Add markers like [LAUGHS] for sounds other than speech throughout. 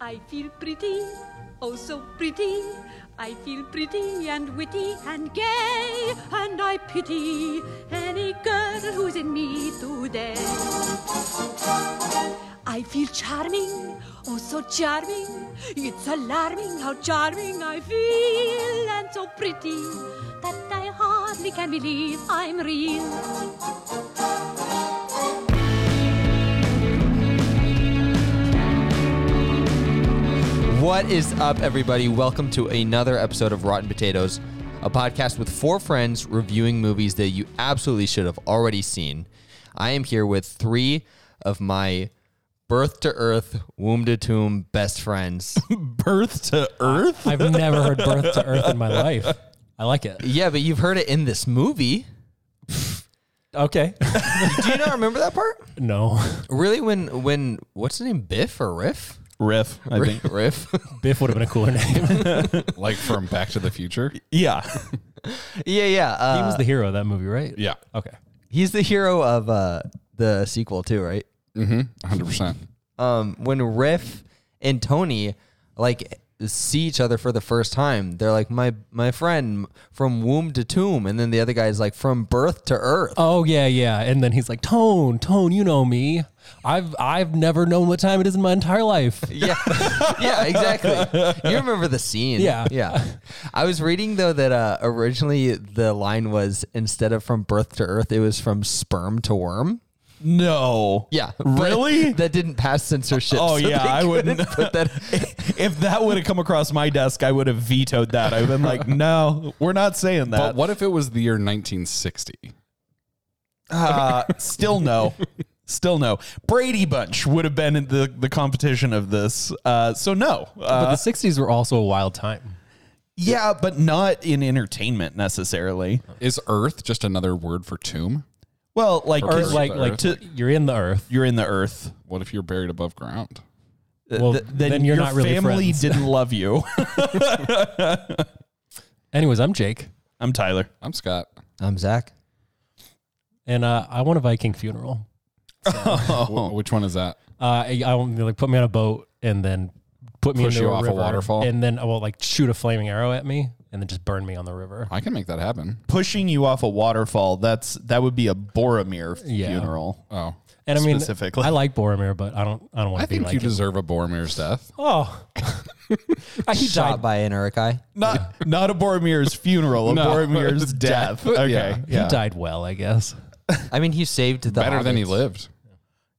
I feel pretty, oh so pretty. I feel pretty and witty and gay, and I pity any girl who's in me today. I feel charming, oh so charming. It's alarming how charming I feel, and so pretty that I hardly can believe I'm real. What is up, everybody? Welcome to another episode of Rotten Potatoes, a podcast with four friends reviewing movies that you absolutely should have already seen. I am here with three of my birth to earth, womb to tomb best [LAUGHS] friends. Birth to Earth? I've never heard birth to earth in [LAUGHS] my life. I like it. yeah, but you've heard it in this movie. Okay. Do you not remember that part? [LAUGHS] No. Really, when when what's the name, Biff or Riff? Riff, I think. Riff. Biff would have been a cooler name. [LAUGHS] like from Back to the Future. [LAUGHS] Yeah. [LAUGHS] yeah, yeah. Uh, he was the hero of that movie, right? Yeah, Okay. he's the hero of uh, the sequel too, right? 100%. um, when Riff and Tony like see each other for the first time, they're like my my friend from womb to tomb, and then the other guy's like from birth to earth. Oh yeah, yeah. And then he's like, Tone, Tone, you know me. I've I've never known what time it is in my entire life. [LAUGHS] Yeah, [LAUGHS] yeah, exactly. You remember the scene? Yeah. yeah. I was reading though that uh, originally the line was instead of from birth to earth, it was from sperm to worm. No. Yeah, [LAUGHS] but [LAUGHS] [LAUGHS] Really? That didn't pass censorship. Oh, so yeah, they I wouldn't- couldn't put that. [LAUGHS] [LAUGHS] if that would have come across my desk, I would have vetoed that. I've been like, no, we're not saying But that. what if it was the year 1960? Uh, still no. Still no. Brady Bunch would have been in the, the competition of this. Uh, so no. Uh, But the sixties were also a wild time. yeah, but not in entertainment necessarily. Is Earth just another word for tomb? Well, like, Or 'cause like like to- you're in the earth. you're in the earth. Uh, What if you're buried above ground? Well, Th- then you're your not really family friends. didn't love you. [LAUGHS] Anyways, I'm Jake. I'm Tyler. I'm Scott. I'm Zach. And uh, I want a Viking funeral. Oh. Wh- which one is that? Uh, I, I want like put me on a boat and then put me Push into you a off a river, waterfall? and then I will like shoot a flaming arrow at me and then just burn me on the river. I can make that happen. Pushing you off a waterfall, that's that would be a Boromir Yeah. funeral. Oh, And I mean, Specifically. I like Boromir, but I don't. I don't want I to be think like. you him. deserve a Boromir's death. [LAUGHS] oh, he Shot died. by an Urukai. Not not a Boromir's [LAUGHS] funeral, a No, Boromir's it's death. death. Okay. Yeah. Yeah. Yeah. He died well, I guess. I mean, he saved the Better than he hobbits. lived.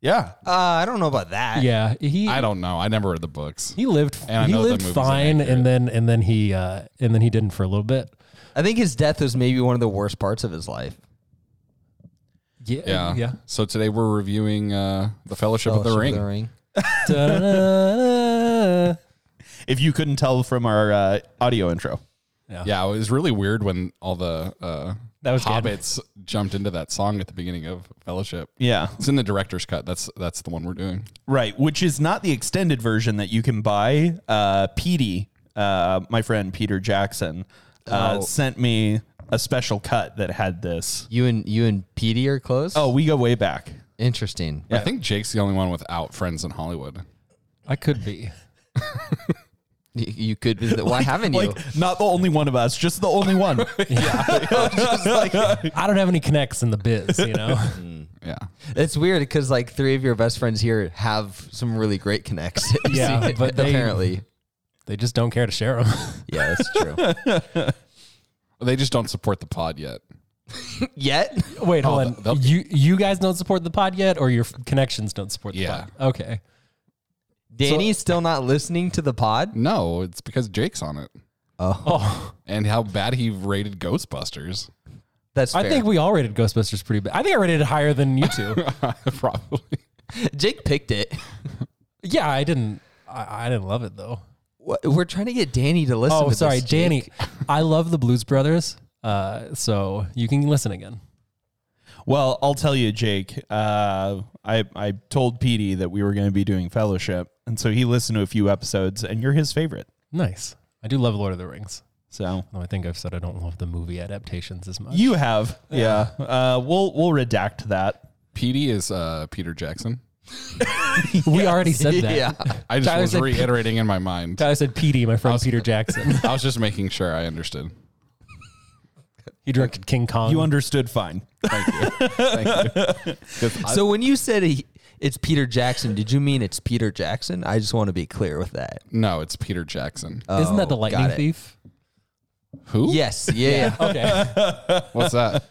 Uh, I don't know about that. Yeah, he I don't know. I never read the books. he lived And I he know the lived movie's fine, inaccurate. and then and then he uh, and then he didn't for a little bit. I think his death was maybe one of the worst parts of his life. Yeah, Yeah. [LAUGHS] yeah. So today we're reviewing uh, the Oh, Fellowship, of the Ring. Da-da-da-da. If you couldn't tell from our uh, audio intro. Yeah, it was really weird when all the uh, That was good. hobbits jumped into that song at the beginning of Fellowship. Yeah. It's in the director's cut. That's that's the one we're doing. Right, which is not the extended version that you can buy. Uh, Petey, uh, my friend Peter Jackson, uh, Oh. sent me a special cut that had this. You and you and Petey are close. Oh, we go way back. interesting. I think Jake's the only one without friends in Hollywood. I could be. You, you could. Why [LAUGHS] haven't you? Like, not the only one of us, just the only [LAUGHS] one. I don't have any connects in the biz, you [LAUGHS] know. Yeah. It's weird because like three of your best friends here have some really great connections. [LAUGHS] Yeah, but they- apparently, they just don't care to share them. yeah, that's true. [LAUGHS] They just don't support the pod yet. Yet, Wait, Oh, hold th- on. they'll- You you guys don't support the pod yet, or your f- connections don't support the Yeah. pod. Okay. Danny's still not listening to the pod. No, it's because Jake's on it. Oh, And how bad he rated Ghostbusters. [LAUGHS] That's. Fair. I think we all rated Ghostbusters pretty bad. I think I rated it higher than you [LAUGHS] two. Probably. Jake picked it. yeah, I didn't. I, I didn't love it though. What- We're trying to get Danny to listen. Oh, to sorry, this, Jake. Danny. [LAUGHS] I love the Blues Brothers. Uh, so you can listen again. Well, I'll tell you, Jake. Uh, I I told Petey that we were going to be doing Fellowship, and so he listened to a few episodes, and you're his favorite. Nice. I do love Lord of the Rings. So Though I think I've said I don't love the movie adaptations as much. [LAUGHS] you have, yeah. Uh, we'll we'll redact that. Petey is uh, Peter Jackson. We already said [LAUGHS] that. Yeah. I just Tyler was said- reiterating in my mind. Tyler said PD, my friend Peter Jackson. I was just making sure I understood. He directed King Kong. You understood fine. [LAUGHS] So when you said he, it's Peter Jackson, did you mean it's Peter Jackson? I just want to be clear with that. No, it's Peter Jackson. Isn't Oh, that the lightning got it. thief? Who? [LAUGHS] Yes. Yeah. yeah. Okay. What's [LAUGHS] that?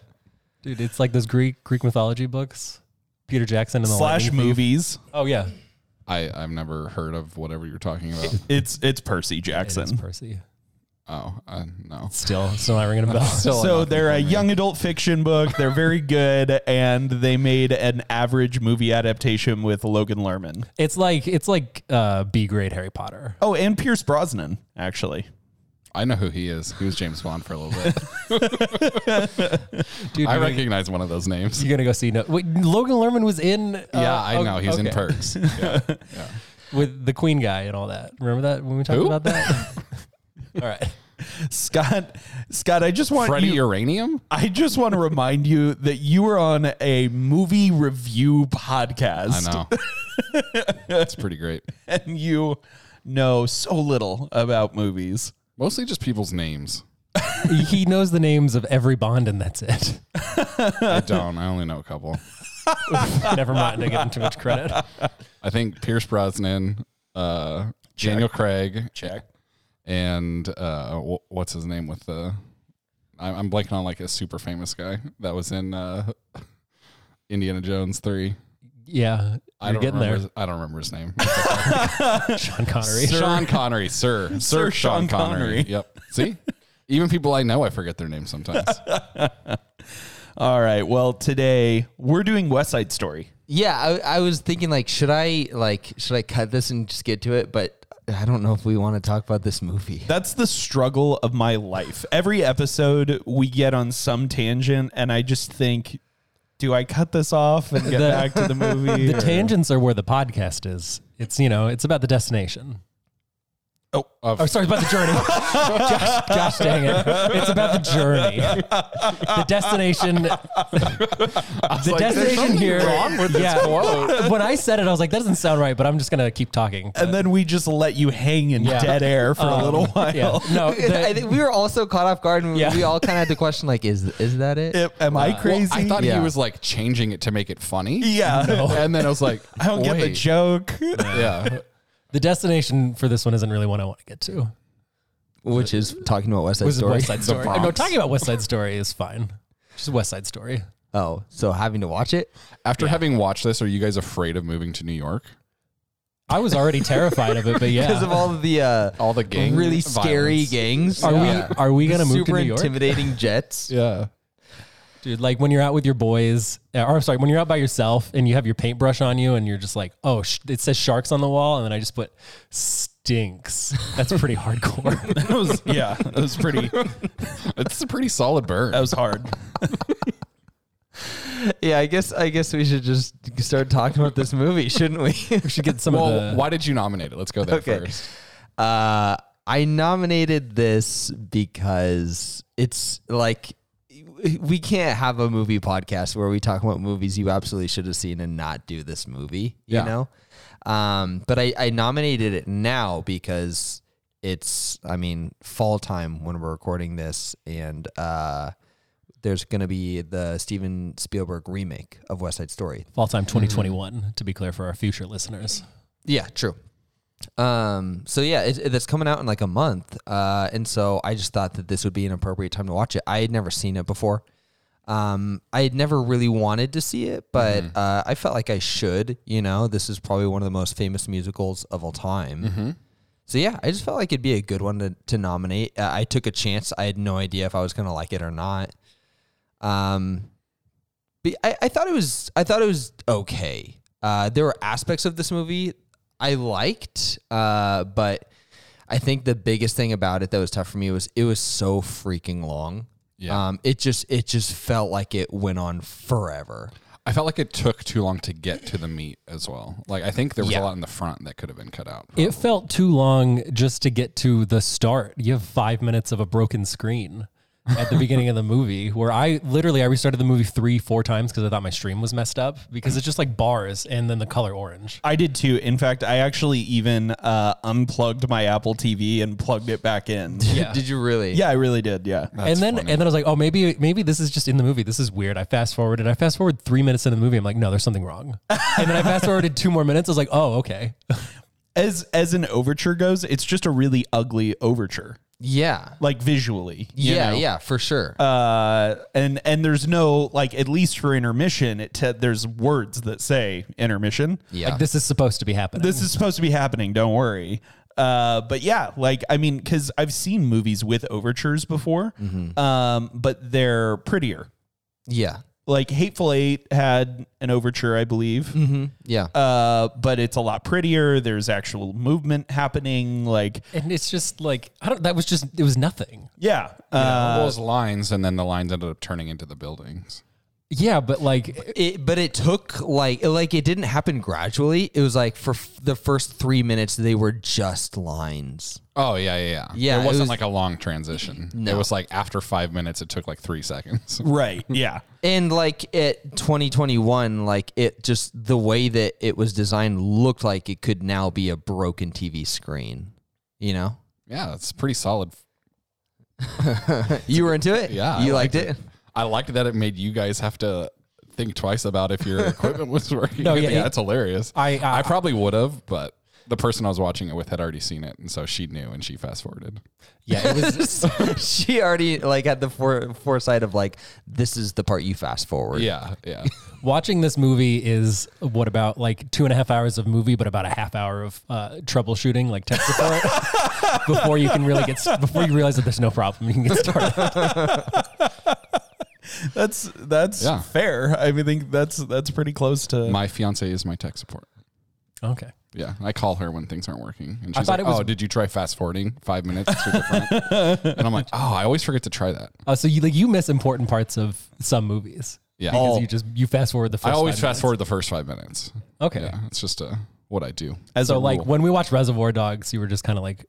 Dude, it's like those Greek Greek mythology books. Peter Jackson and the Slash lightning thief. movies. Oh yeah. I I've never heard of whatever you're talking about. It's it's Percy It's Jackson. Percy. Oh, uh, no. Still still not ringing a bell. [LAUGHS] Still So enough they're a information. young adult fiction book. They're very good, and they made an average movie adaptation with Logan Lerman. It's like it's like uh, B grade Harry Potter. Oh, and Pierce Brosnan actually. I know who he is. He was James Bond for a little [LAUGHS] bit. Dude, I you're, recognize one of those names. you're gonna go see no. Wait, Logan Lerman was in. uh, yeah, I oh, know. He's in okay. [LAUGHS] Perks. Yeah, yeah. with the Queen guy and all that. Remember that when we talked Who? about [LAUGHS] that? all right. Scott, Scott, I just want Freddie you, Uranium? I just want to remind you that you were on a movie review I podcast. know. It's pretty great. And you know so little about movies. Mostly just people's names. he knows the names of every Bond, and that's it. [LAUGHS] [LAUGHS] I don't. I only know a couple. Never mind. I give him too much credit. I think Pierce Brosnan, uh, Daniel Craig, check, and uh, wh- what's his name with the? I- I'm blanking on like a super famous guy that was in uh, [LAUGHS] Indiana Jones three. Yeah, you're I don't getting remember. there, His, I don't remember his name. Sean Connery. [LAUGHS] Sean Connery, sir, sir, Sir Sean, Sean Connery. Connery. [LAUGHS] Yep. See, even people I know, I forget their names sometimes. All right. Well, today we're doing West Side Story. Yeah, I, I was thinking like, should I like should I cut this and just get to it? But I don't know if we want to talk about this [LAUGHS] movie. That's the struggle of my life. Every episode we get on some tangent, and I just think, do I cut this off and get The- back to the movie? The or- tangents are where the podcast is. It's you know, it's about the destination. oh, of, Oh, sorry, about [LAUGHS] the journey. gosh, gosh, dang it! It's about the journey. The destination. [LAUGHS] The destination here. yeah. When I said it, I was like, that doesn't sound right. But I'm just gonna keep talking. And then we just let you hang in Yeah. dead air for a little while. Yeah. No. [LAUGHS] I The, think we were also caught off guard, and we- Oh, Yeah. we all kind of had to question like, is is that it? Am- Am I well, crazy? I thought Yeah. he was like changing it to make it funny. [LAUGHS] yeah. And then I was like, I don't get the wait. joke. Yeah. the destination for this one isn't really one I want to get to. Which is talking about West Side Was it Story. West Side Story? No, Bronx. talking about West Side Story is fine. Just West Side Story. Oh, so having to watch it. After having watched this, are you guys afraid of moving to New York? I [LAUGHS] was already terrified of it, but yeah. because of all the uh, All the gang really scary violence. gangs. Are Yeah. we are we gonna move super to New York, intimidating jets? Yeah. dude? Like when you're out with your boys, uh, or I'm sorry, when you're out by yourself and you have your paintbrush on you, and you're just like, oh, sh- it says sharks on the wall, and then I just put stinks. That's pretty hardcore. [LAUGHS] That was [LAUGHS] yeah. That was pretty. That It's a pretty solid burn. was hard. Yeah, I guess I guess we should just start talking about this movie, shouldn't we? we should get some well, of the. why did you nominate it? Let's go there Okay. first. [LAUGHS] Uh, I nominated this because it's like we can't have a movie podcast where we talk about movies you absolutely should have seen and not do this movie, you Yeah. know? Um, but I, I nominated it now because it's, I mean, fall time when we're recording this, and uh, there's going to be the Steven Spielberg remake of West Side Story Fall time 2021, to be clear for our future listeners. yeah, true. Um, so yeah, it, it- that's coming out in like a month. Uh, and so I just thought that this would be an appropriate time to watch it. I had never seen it before. Um, I had never really wanted to see it, but uh, I felt like I should. You know, this is probably one of the most famous musicals of all time. So yeah, I just felt like it'd be a good one to, to nominate. Uh, I took a chance. I had no idea if I was gonna like it or not. Um, but I, I thought it was I thought it was okay. Uh, there were aspects of this movie I liked, uh, but I think the biggest thing about it that was tough for me was it was so freaking long. Yeah. Um, it just it just felt like it went on forever. I felt like it took too long to get to the meat as well. Like I think there was Yeah. a lot in the front that could have been cut out. It felt too long just to get to the start. You have five minutes of a broken screen. at the beginning of the movie where I literally I restarted the movie three, four times because I thought my stream was messed up because it's just like bars and then the color orange. I did too. In fact, I actually even uh, unplugged my Apple TV and plugged it back in. [LAUGHS] Yeah. Did you really? yeah, I really did. Yeah. and then and then I was like, oh maybe maybe this is just in the movie. This is weird. I fast forwarded. I fast forward three minutes into the movie. I'm like, no, there's something [LAUGHS] wrong. And then I fast forwarded two more minutes. I was like, oh okay. As as an overture goes, it's just a really ugly overture, Yeah. like visually. you yeah, know? yeah, for sure. Uh, and and there's no like at least for intermission, it te- there's words that say intermission. yeah. Like this is supposed to be happening. This is supposed to be happening. Don't worry. Uh, but yeah, like I mean, because I've seen movies with overtures before, Mm-hmm. um, but they're prettier. yeah. Like Hateful Eight had an overture, I believe, Mm-hmm. Yeah. uh, but it's a lot prettier. There's actual movement happening. Like and it's just like I don't. That was just it was nothing. yeah, All uh, those lines, and then the lines ended up turning into the buildings. Yeah, but like it, but it took like like it didn't happen gradually. It was like for f- the first three minutes they were just lines. Oh yeah, yeah, yeah. Yeah, it it wasn't was- like a long transition. It was like after five minutes, it took like three seconds. right. Yeah, And like at 2021, like it just the way that it was designed looked like it could now be a broken TV screen. You know, Yeah, that's pretty solid. you were into it. [LAUGHS] Yeah, you I liked, it. I liked that it made you guys have to think twice about [LAUGHS] if your equipment was working. No, No, yeah, yeah, it- that's hilarious. I- uh, I- I probably would have, but the person I was watching it with had already seen it, and so she knew, and she fast forwarded. yeah, it was [LAUGHS] [LAUGHS] she already like had the fore, foresight of like this is the part you fast forward. Yeah, [LAUGHS] yeah. Watching this movie is what about like two and a half hours of movie, but about a half hour of uh, troubleshooting, like tech [LAUGHS] support, before you can really get before you realize that there's no problem. You can get started. that's that's Yeah. fair. I mean, think that's that's pretty close to. my fiance is my tech support. [LAUGHS] okay. Yeah, I call her when things aren't working, and I she's thought like, it was- "Oh, did you try fast forwarding five minutes to the front?" [LAUGHS] and I'm like, "Oh, I always forget to try that." Uh, so you like you miss important parts of some movies. Yeah. Because Oh. you just you fast forward the first. I always five fast minutes. forward the first five minutes. Okay. Yeah, it's just uh, what I do. As So a like rule. when we watch Reservoir Dogs, you were just kind of like,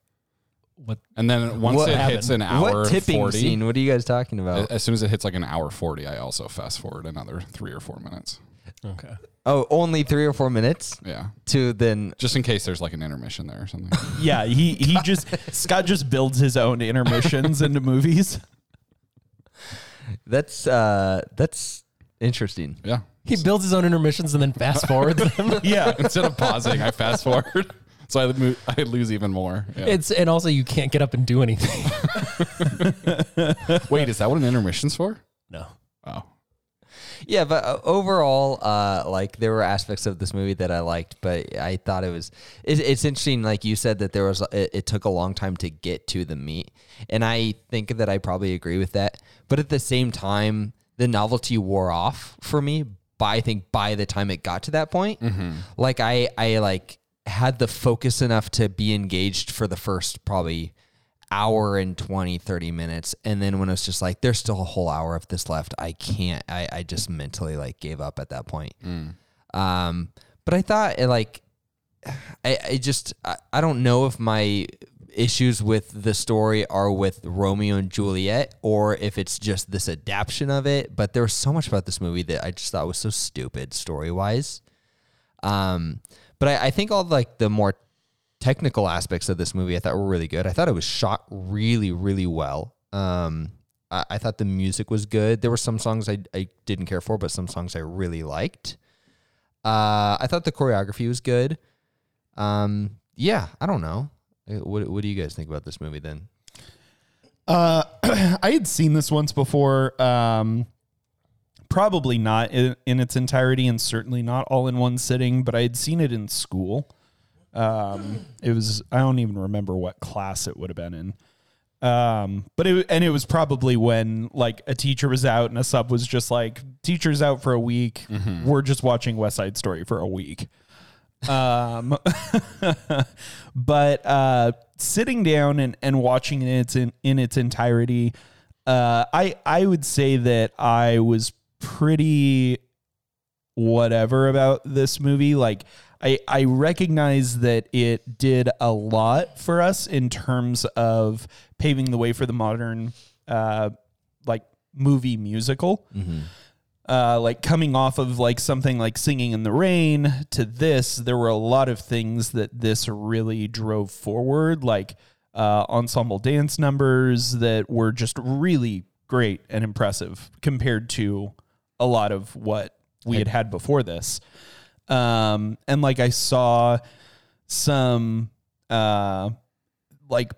what? And then once What it happened? hits an hour What tipping forty, Uh, scene? What are you guys talking a- about? as soon as it hits like an hour forty, I also fast forward another three or four minutes. Okay. oh, only three or four minutes Yeah, to then just in case there's like an intermission there [LAUGHS] or something. yeah, he he just Scott just builds his own intermissions into movies. That's uh that's interesting. yeah. He builds his own intermissions and then [LAUGHS] fast forwards them. Yeah, Instead of pausing, I fast forward, [LAUGHS] so I mo- I lose even more. Yeah. It's and also you can't get up and do anything. Wait, is that what an intermission's for? [LAUGHS] No. Oh, Yeah, but uh, overall uh like there were aspects of this movie that I liked, but I thought it was it, it's interesting like you said that there was it, it took a long time to get to the meat. And I think that I probably agree with that. But at the same time, the novelty wore off for me by I think by the time it got to that point. Like I I like had the focus enough to be engaged for the first probably hour and 20 30 minutes and then when it's just like there's still a whole hour of this left i can't i, I just mentally like gave up at that point um but i thought it, like i, I just I, I don't know if my issues with the story are with romeo and juliet or if it's just this adaptation of it but there was so much about this movie that i just thought was so stupid story-wise um, but I, I think all like the more technical aspects of this movie I thought were really good. I thought it was shot really, really well. Um, I, I thought the music was good. There were some songs I, I didn't care for, but some songs I really liked. Uh, I thought the choreography was good. Um, yeah, I don't know. Uh, What, what do you guys think about this movie then? Uh, [CLEARS THROAT] I had seen this once before. Um, probably not in, in its entirety, and certainly not all in one sitting. But I had seen it in school. Um, it was I don't even remember what class it would have been in. Um, but it and it was probably when like a teacher was out and a sub was just like, "Teacher's out for a week. We're just watching West Side Story for a week." Um, [LAUGHS] but uh, sitting down and, and watching it in, in its entirety, uh, I I would say that I was pretty whatever about this movie. Like I I recognize that it did a lot for us in terms of paving the way for the modern uh, like movie musical. Uh, like coming off of like something like Singing in the Rain to this, there were a lot of things that this really drove forward, like uh, ensemble dance numbers that were just really great and impressive compared to a lot of what we had had before this. Um, and like I saw some uh like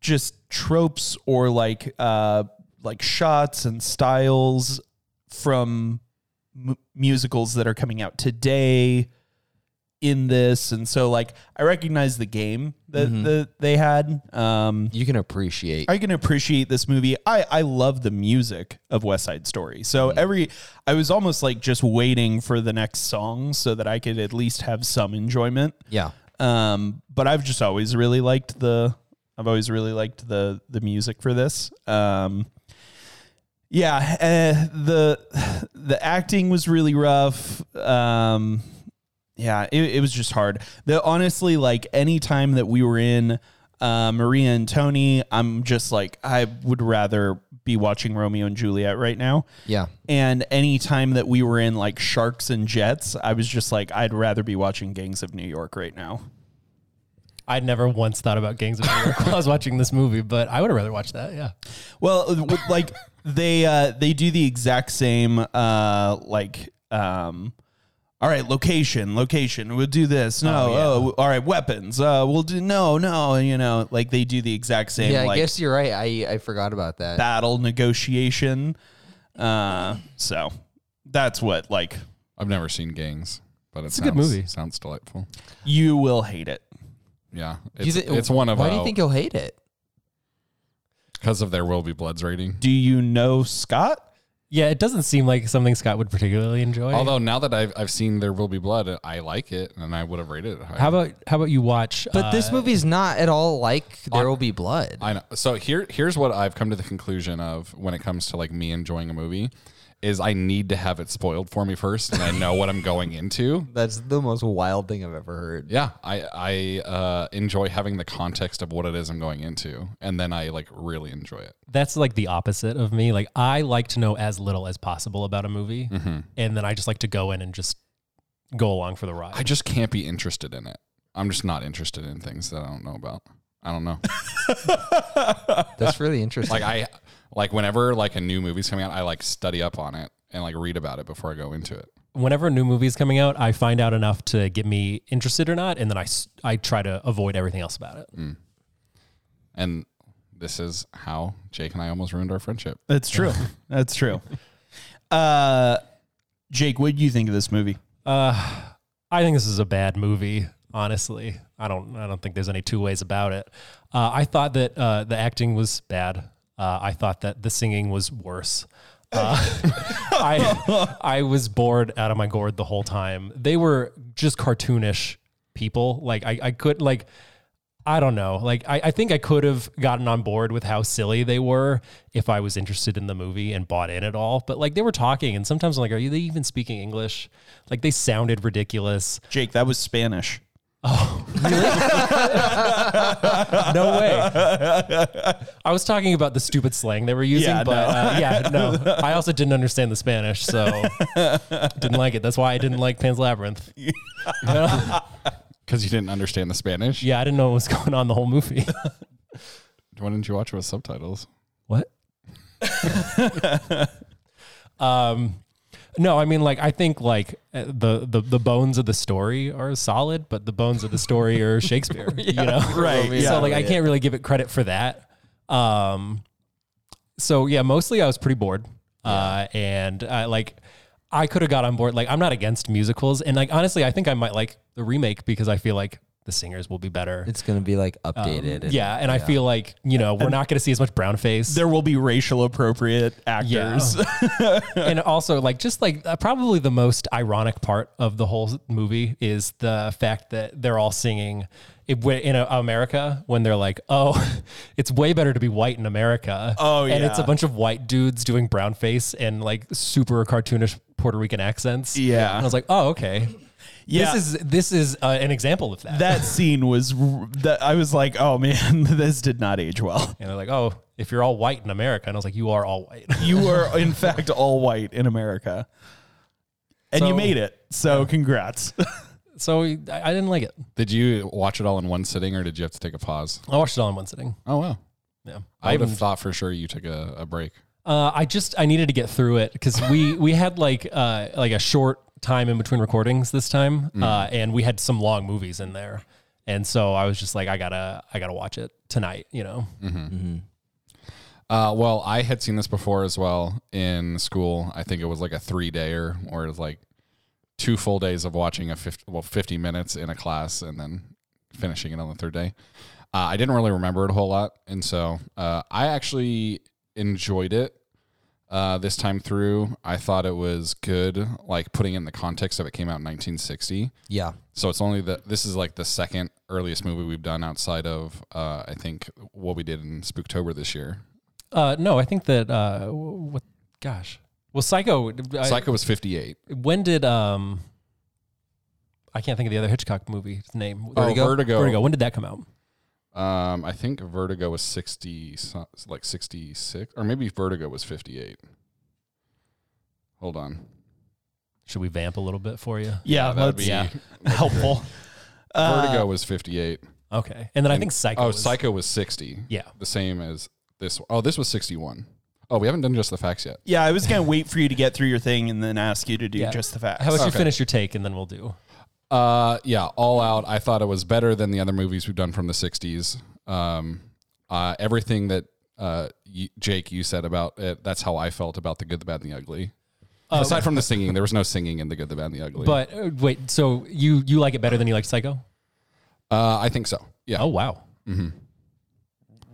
just tropes or like uh like shots and styles from m- musicals that are coming out today in this and so like i recognize the game that, that they had um You can appreciate. I can appreciate this movie. I I love the music of West Side Story. So every I was almost like just waiting for the next song so that I could at least have some enjoyment. yeah. Um, but I've just always really liked the I've always really liked the the music for this. Um, yeah, eh, the the acting was really rough. Um, yeah, it, it was just hard. The honestly, like any time that we were in uh, Maria and Tony, I'm just like I would rather be watching Romeo and Juliet right now. Yeah. And any time that we were in like Sharks and Jets, I was just like I'd rather be watching Gangs of New York right now. I never once thought about Gangs of New York while I was watching this movie, but I would have rather watched that. Yeah. Well, uh, w- like they uh, they do the exact same uh, like um, all right, location, location. We'll do this. No, oh, all right, weapons. Uh, we'll do no, no. You know, like they do the exact same Yeah, I like guess you're right. I, I forgot about that. battle negotiation. Uh, so that's what like I've never seen Gangs, but it it's a good movie. Sounds delightful. you will hate it. Yeah, Do you it's, thi- it's one of Why do you think because you'll hate it? of There Will Be Bloods rating. Do you know Scott? Yeah, it doesn't seem like something Scott would particularly enjoy. Although now that I've I've seen There Will Be Blood, I like it, and I would have rated it. Higher. how about how about you watch? But this uh, movie's not at all like There Will Be Blood. I know. So here, here's what I've come to the conclusion of when it comes to like me enjoying a movie, is I need to have it spoiled for me first, and I know what I'm going into. That's the most wild thing I've ever heard. Yeah, I I uh, enjoy having the context of what it is I'm going into, and then I like really enjoy it. that's like the opposite of me. Like I like to know as little as possible about a movie, and then I just like to go in and just go along for the ride. I just can't be interested in it. I'm just not interested in things that I don't know about. I don't know. That's really interesting. like I like whenever like a new movie's coming out, I like study up on it and like read about it before I go into it. Whenever a new movie is coming out, I find out enough to get me interested or not, and then I s- I try to avoid everything else about it. And this is how Jake and I almost ruined our friendship. That's true. [LAUGHS] that's true. Uh, Jake, what do you think of this movie? Uh, I think this is a bad movie. Honestly, I don't. I don't think there's any two ways about it. Uh, I thought that uh, the acting was bad. Uh, I thought that the singing was worse. Uh, [LAUGHS] I I was bored out of my gourd the whole time. They were just cartoonish people. Like I, I could like I don't know. Like I, I think I could have gotten on board with how silly they were if I was interested in the movie and bought in at all. But like they were talking and sometimes I'm like, are you- they even speaking English? Like they sounded ridiculous. Jake, that was Spanish. No way. I was talking about the stupid slang they were using, Yeah, but uh, yeah, no. I also didn't understand the Spanish, so didn't like it. That's why I didn't like Pan's Labyrinth. Because you didn't understand the Spanish. Yeah, I didn't know what was going on the whole movie. [LAUGHS] Why didn't you watch it with subtitles? What? um, no, I mean, like, I think like uh, the, the the bones of the story are solid, but the bones of the story are Shakespeare, you know? Right. Romeo. so like, I Yeah. can't really give it credit for that. Um, so yeah, mostly I was pretty bored, uh, and I like. I could have got on board. Like, I'm not against musicals, and like honestly, I think I might like the remake because I feel like the singers will be better. it's gonna be like um, updated. and- yeah, and I feel like you know we're not going to see as much brown face. There will be racial appropriate actors. and also like just like uh, probably the most ironic part of the whole movie is the fact that they're all singing it, w- in uh, America when they're like, "Oh, [LAUGHS] it's way better to be white in America." Oh, and it's a yeah. bunch of white dudes doing brown face and like super cartoonish Puerto Rican accents. Yeah. and I was like, "Oh, okay." This Yeah. is this is uh, an example of that. [LAUGHS] that scene was r- that I was like, oh man, [LAUGHS] this did not age well. and they're like, oh, if you're all white in America, and I was like, you are all white. [LAUGHS] You are in fact all white in America, and you So- made it. So congrats. so I, I didn't like it. Did you watch it all in one sitting, or did you have to take a pause? I watched it all in one sitting. Oh wow! Yeah, I I would even have thought for sure you took a, a break. Uh, I just I needed to get through it because [LAUGHS] we we had like uh, like a short time in between recordings this time, Mm. uh, and we had some long movies in there, and so I was just like, I gotta I gotta watch it tonight, you know. Mm. Uh, well, I had seen this before as well in school. I think it was like a three dayer, or it was like two full days of watching a 50, well, 50 minutes in a class and then finishing it on the third day. Uh, I didn't really remember it a whole lot. And so uh, I actually enjoyed it uh, this time through. I thought it was good, like putting it in the context of it came out in 1960. Yeah. So it's only the this is like the second earliest movie we've done outside of uh, I think what we did in Spooktober this year. Uh, no, I think that uh, w- what gosh, well, Psycho. I, Psycho was 58. When did um, I can't think of the other Hitchcock movie name. Vertigo? Vertigo. Vertigo. When did that come out? Um, I think Vertigo was 60, so- like 66, or maybe Vertigo was 58. Hold on. Should we vamp a little bit for you? Yeah, Uh, that would that's be helpful. Vertigo was 58. Okay, and then I think Psycho. Oh, Uh, was- Psycho was 60. Yeah. The same as this. Oh, this was 61. Oh, we haven't done just the facts yet. Yeah, I was gonna wait for you to get through your thing and then ask you to do Yeah. just the facts. How about you Okay. finish your take and then we'll do. Uh, yeah, All Out. I thought it was better than the other movies we've done from the '60s. Um, uh, everything that uh, y- Jake you said about it—that's how I felt about the Good, the Bad, and the Ugly. Aside from the singing, there was no singing in the Good, the Bad, and the Ugly. Uh, But uh, wait, so you you like it better than you like Psycho? uh, I think so. Yeah, Oh wow.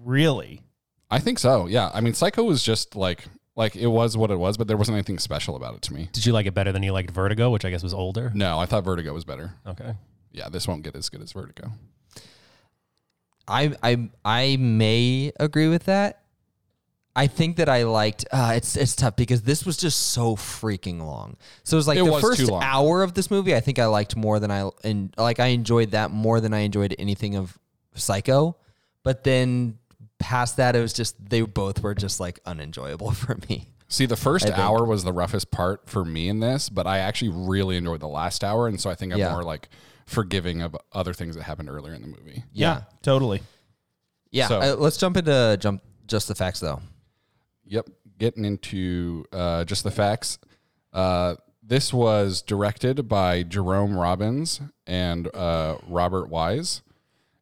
really? I think so. Yeah, I mean, Psycho was just like like it was what it was, but there wasn't anything special about it to me. Did you like it better than you liked Vertigo, which I guess was older? No, I thought Vertigo was better. Okay. Yeah, this won't get as good as Vertigo. I I I may agree with that. I think that I liked uh, it's it's tough because this was just so freaking long. So it was like It the was too first long. hour of this movie. I think I liked more than I and like I enjoyed that more than I enjoyed anything of Psycho. But then past that, it was just they both were just like unenjoyable [LAUGHS] for me. See, the first think. hour was the roughest part for me in this, but I actually really enjoyed the last hour, and so I think I'm Yeah. more like forgiving of other things that happened earlier in the movie. Yeah, totally. yeah. So- Uh, let's jump into jump just the facts though. Yep, getting into uh, just the facts. Uh, this was directed by Jerome Robbins and uh, Robert Wise.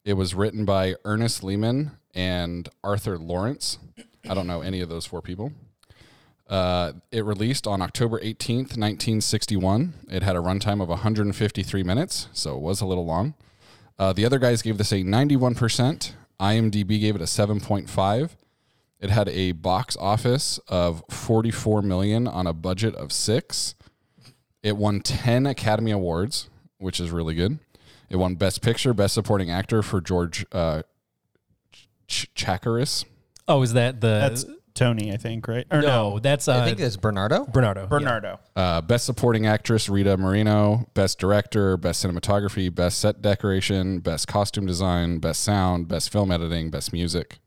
It was written by Ernest Lehman and Arthur Lawrence. I don't know any of those four people. Uh, it released on October 18th, 1961. It had a runtime of 153 minutes, so it was a little long. Uh, the other guys gave this a 91%. IMDb gave it a 7.5. It had a box office of 44 million on a budget of 6. It won 10 Academy Awards, which is really good. It won Best Picture, Best Supporting Actor for George uh, Ch- Chakiris. Oh, is that the? That's Tony, I think, right? Or no, no, that's uh, I think that's Bernardo. Bernardo. Bernardo. Uh, best supporting actress, Rita Moreno. Best director, best cinematography, best set decoration, best costume design, best sound, best film editing, best music.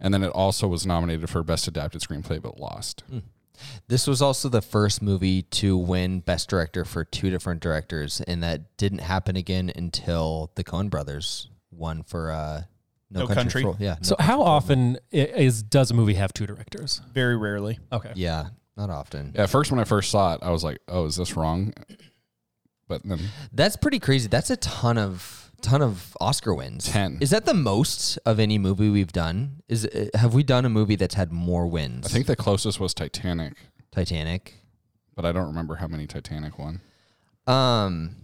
And then it also was nominated for best adapted screenplay, but lost. This was also the first movie to win Best Director for two different directors, and that didn't happen again until the Coen Brothers won for uh, No, No Country. Country? for Old- yeah. So no- how often i- is does a movie have two directors? Very rarely. Okay. yeah, not often. Yeah, at first when I first saw it, I was like, "Oh, is this wrong?" But then That's pretty crazy. That's a ton of ton of Oscar wins. 10. Is that the most of any movie we've done? Is uh, have we done a movie that's had more wins? I think the closest was Titanic, Titanic. but I don't remember how many Titanic won. Um.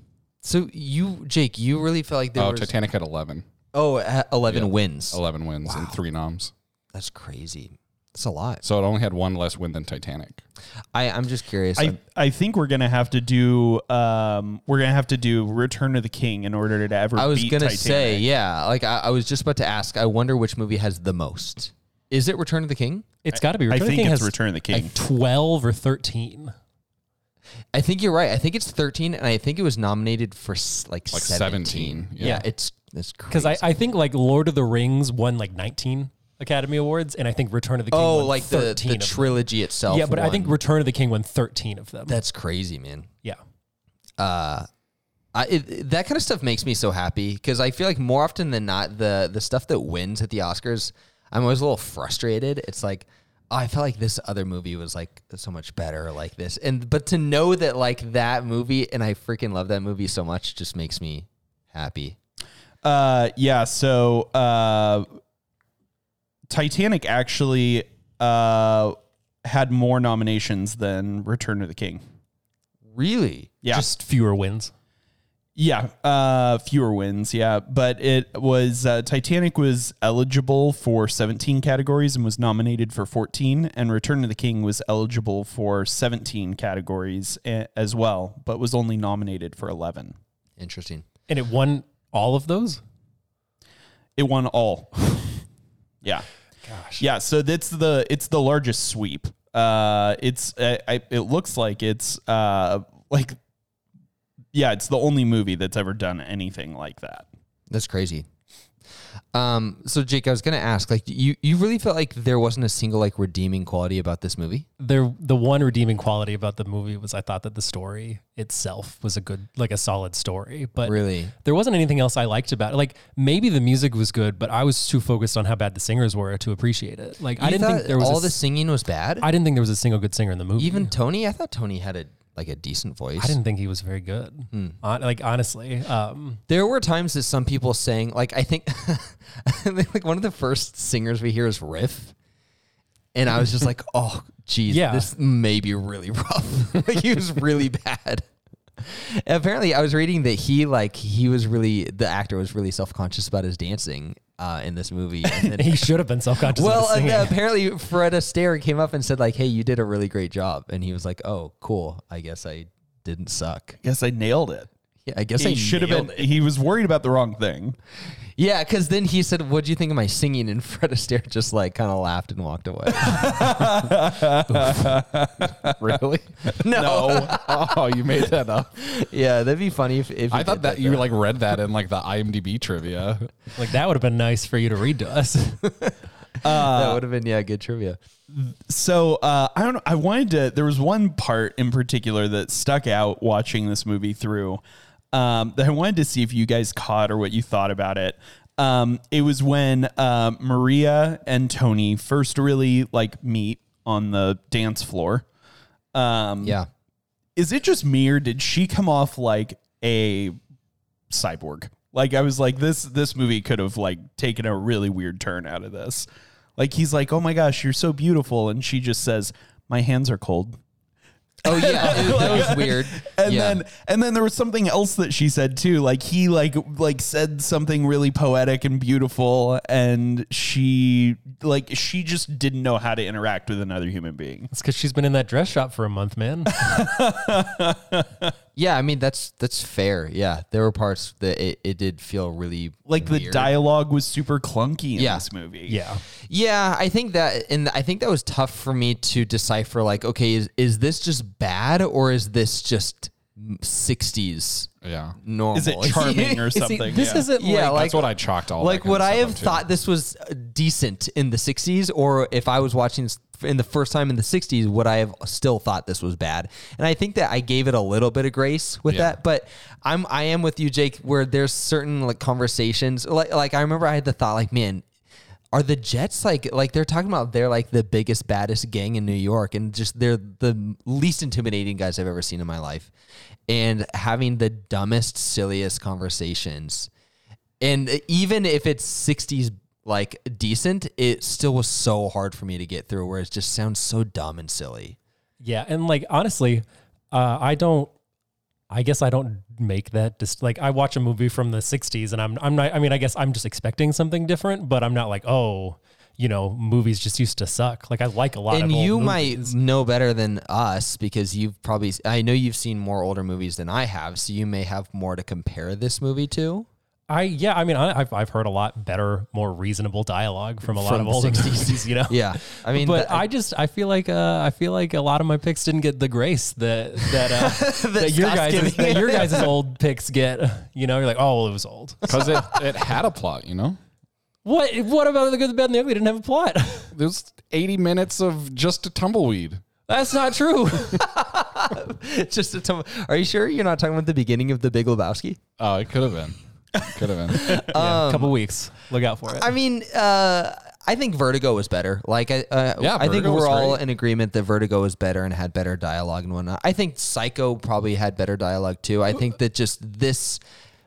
So you, Jake, you really felt like there oh, was Titanic had 11, oh uh, eleven wins. 11 wins and three noms. That's crazy. That's a lot. So it only had one less win than Titanic. I I'm just curious. I, I think we're gonna have to do um we're gonna have to do Return of the King in order to ever. I was beat gonna Titanic. say, yeah. Like I, I was just about to ask. I wonder which movie has the most. Is it Return of the King? It's got to be. I Return of the think King it's has Return of the King. like twelve or thirteen. I think you're right. I think it's 13, and I think it was nominated for s- like, Like 17. 17, yeah. it's it's crazy. Because I, I think like Lord of the Rings won like 19 Academy Awards, and I think Return of the King. oh, won like the, 13 the of them. trilogy itself. Yeah, but I think won. Return of the King won 13 of them. that's crazy, man. yeah. I, it, that kind of stuff makes me so happy because I feel like more often than not, the the stuff that wins at the Oscars, I'm always a little frustrated. It's like oh, I felt like this other movie was like so much better, like this, and but to know that like that movie, and I freaking love that movie so much, just makes me happy. Uh, yeah. So uh, Titanic actually uh, had more nominations than Return of the King. Really, Yeah. Just fewer wins. yeah. Uh, fewer wins. Yeah. But it was uh, Titanic was eligible for 17 categories and was nominated for 14, and Return of the King was eligible for 17 categories a- as well, but was only nominated for 11. interesting. And it won all of those? It won all. [LAUGHS] yeah. Gosh. Yeah. So that's the it's the largest sweep. Uh, it's uh, I, it looks like it's uh like yeah, it's the only movie that's ever done anything like that. That's crazy. Um, so Jake, I was gonna ask, like, you you really felt like there wasn't a single like redeeming quality about this movie? There, the one redeeming quality about the movie was I thought that the story itself was a good, like a solid story. But Really? there wasn't anything else I liked about it. Like maybe the music was good, but I was too focused on how bad the singers were to appreciate it. Like I You didn't think thought there was all a, the singing was bad. I didn't think there was a single good singer in the movie. Even Tony, I thought Tony had a like a decent voice. I didn't think he was very good. Hmm. Hon- like honestly, um, [LAUGHS] There were times that some people sang like I think, [LAUGHS] I think like one of the first singers we hear is Riff, and I was just [LAUGHS] like, oh geez, Yeah. this may be really [LAUGHS] rough. like he was really [LAUGHS] bad. Apparently, I was reading that he like he was really the actor was really self conscious about his dancing uh, in this movie. And [LAUGHS] then, he should have been self-conscious. well, of his and singing. then apparently Fred Astaire came up and said like, hey, you did a really great job, and he was like, oh cool, I guess I didn't suck. Guess I nailed it. Yeah, I guess I He should have nailed been. it. He was worried about the wrong thing. Yeah, because then he said, "What do you think of my singing?" And Fred Astaire just like kind of laughed and walked [LAUGHS] away. really? no. No. oh, you made that up. yeah, that'd be funny if, if I he thought did that you though. like read that in like the IMDb trivia. like that would have been nice for you to read to us. [LAUGHS] that would have been yeah, good trivia. So uh, I don't. know. I wanted to. There was one part in particular that stuck out watching this movie through. Um, that I wanted to see if you guys caught or what you thought about it. Um, it was when uh, Maria and Tony first really like meet on the dance floor. Um, Yeah, Is it just me or did she come off like a cyborg? Like I was like this this movie could have like taken a really weird turn out of this. Like he's like, "Oh my gosh, you're so beautiful." And she just says, "My hands are cold." oh yeah, it- that was weird. [LAUGHS] And yeah. then and then there was something else that she said too. Like he like like said something really poetic and beautiful and she like she just didn't know how to interact with another human being. it's because she's been in that dress shop for a [LAUGHS] month, man. yeah, I mean that's that's fair. Yeah, there were parts that it, it did feel really Like the weird. dialogue was super clunky in Yeah. this movie. yeah, Yeah, I think that, and I think that was tough for me to decipher. Like, okay, is is this just bad or is this just '60s Yeah. normal? [LAUGHS] Is it charming or See, something? this Yeah. isn't Yeah, like, like- That's what I chalked all. like that would kind of I have stuff up to. thought this was uh, decent in the 60s or if I was watching this f- in the first time in the 60s would I have still thought this was bad and I think that I gave it a little bit of grace with Yeah. that but I'm I am with you Jake where there's certain like conversations like like I remember I had the thought like man are the Jets like like they're talking about they're like the biggest baddest gang in New York and just they're the least intimidating guys I've ever seen in my life and having the dumbest silliest conversations and even if it's 60s like decent it still was so hard for me to get through where it just sounds so dumb and silly yeah, and like honestly, uh, I don't. I guess I don't make that dis- like I watch a movie from the '60s, and I'm I'm not. I mean, I guess I'm just expecting something different, but I'm not like oh, you know, movies just used to suck. Like I like a lot of and old you movies. might know better than us because you've probably i know you've seen more older movies than i have so you may have more to compare this movie to I yeah, I mean, I, I've I've heard a lot better, more reasonable dialogue from a lot From of the older 60s. movies, you know. [LAUGHS] Yeah, I mean, but the- I just I feel like uh, I feel like a lot of my picks didn't get the grace that that [LAUGHS] uh, that, your Scott's guys giving. that [LAUGHS] your guys' old picks get. You know, you're like, oh, well, it was old. because it, it had a plot, you know. What what about the good, the bad, and the ugly? Didn't have a plot. [LAUGHS] There's 80 minutes of just a tumbleweed. That's not [LAUGHS] true. [LAUGHS] just a tum- are you sure you're not talking about the beginning of the Big Lebowski? Oh, it could have been. Could have been. a [LAUGHS] couple weeks. Look out for it. [LAUGHS] I mean, uh, I think Vertigo was better. Like, I, uh, Yeah, I think Vertigo was we're all great. in agreement that Vertigo was better and had better dialogue and whatnot. I think Psycho probably had better dialogue too. I think that just this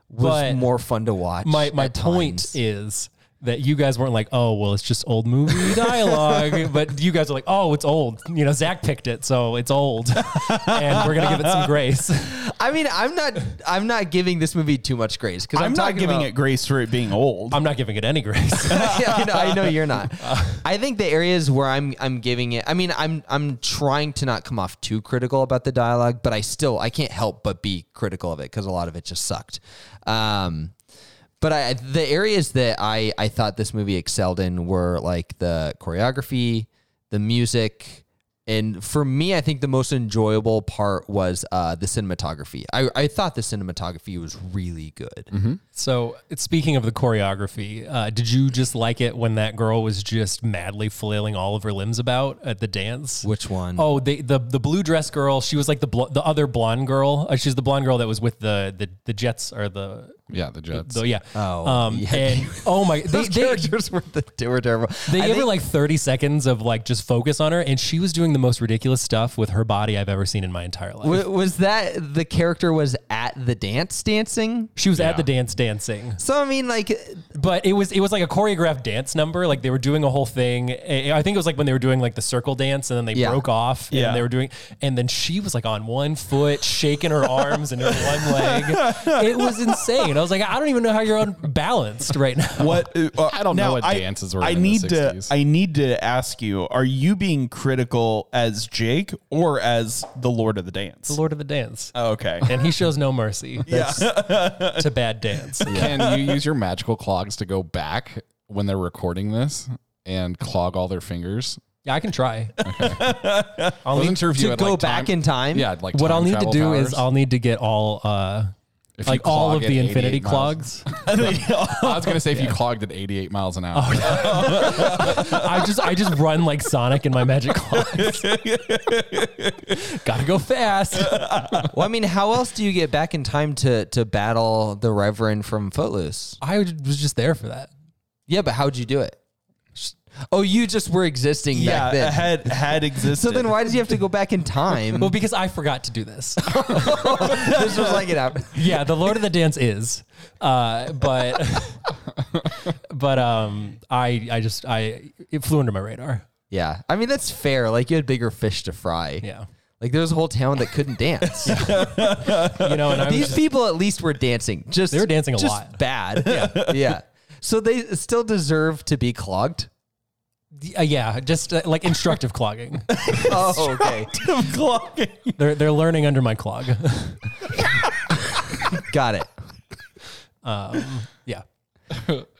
was But more fun to watch. my my at point times. is that you guys weren't like, oh, well, it's just old movie [LAUGHS] dialogue, but you guys are like, oh, it's old. You know, Zach picked it, so it's old, [LAUGHS] and we're gonna give it some grace. [LAUGHS] I mean, I'm not, I'm not giving this movie too much grace because I'm, I'm, not talking giving about- it grace for it being old. I'm not giving it any grace. [LAUGHS] [LAUGHS] yeah, I, know, I know you're not. I think the areas where I'm I'm giving it. I mean, I'm I'm trying to not come off too critical about the dialogue, but I still I can't help but be critical of it because a lot of it just sucked. Um, but I the areas that I I thought this movie excelled in were like the choreography, the music. And for me, I think the most enjoyable part was uh, the cinematography. I, I thought the cinematography was really good. So, speaking of the choreography, uh, did you just like it when that girl was just madly flailing all of her limbs about at the dance? Which one? Oh, the the the blue dress girl. She was like the bl- the other blonde girl. Uh, she's the blonde girl that was with the the, the Jets or the. Yeah, the Jets. the yeah. Oh, um, yeah. and oh my, they, Those they, characters [LAUGHS] were, the, they were terrible. they I gave her think- like 30 seconds of like just focus on her, and she was doing the most ridiculous stuff with her body I've ever seen in my entire life. W- was that the character was at the dance dancing? she was at the dance dancing. So I mean, like, but it was it was like a choreographed dance number. Like they were doing a whole thing. I I think it was like when they were doing like the circle dance, and then they Yeah. broke off, and Yeah. they were doing, and then she was like on one foot, shaking her arms and her one leg. It was insane. I was like, I don't even know how you're unbalanced right now. what uh, I don't know now, what dances were I in the need to 60s. I need to ask you: Are you being critical as Jake or as the Lord of the Dance? Oh, Lord of the Dance, Okay. [LAUGHS] and he shows no mercy. That's to bad dance. Can you use your magical clogs to go back when they're recording this and clog all their fingers? Yeah, I can try. I wasn't sure if you to had go like, back time- in time. Yeah, like what time I'll need to travel do powers. is I'll need to get all uh If you like all clog of at the 88 infinity clogs. miles- I was gonna say if you clogged at 88 miles Oh, an hour. I just I just run like Sonic in my magic [LAUGHS] clogs. Gotta go fast. Well, I mean, how else do you get back in time to to battle the Reverend from Footloose? I was just there for that. Yeah, but how'd you do it? Oh, you just were existing yeah, back then. had had existed. So [LAUGHS] then, why did you have to go back in time? Well, because I forgot to do [LAUGHS] this. [LAUGHS] this was like it happened. yeah, the Lord of the Dance is, uh, but [LAUGHS] but um, I I just I it flew under my radar. Yeah, I mean that's fair. Like you had bigger fish to fry. Yeah, Like there was a whole town that [LAUGHS] couldn't dance. you know, and I was These just- people at least were dancing. Just They were dancing a just lot. [LAUGHS] Bad. Yeah. yeah. So they still deserve to be clogged. uh, yeah, just uh, like instructive clogging. [LAUGHS] Oh, okay. They're they're learning under my clog. [LAUGHS] Got it. Yeah.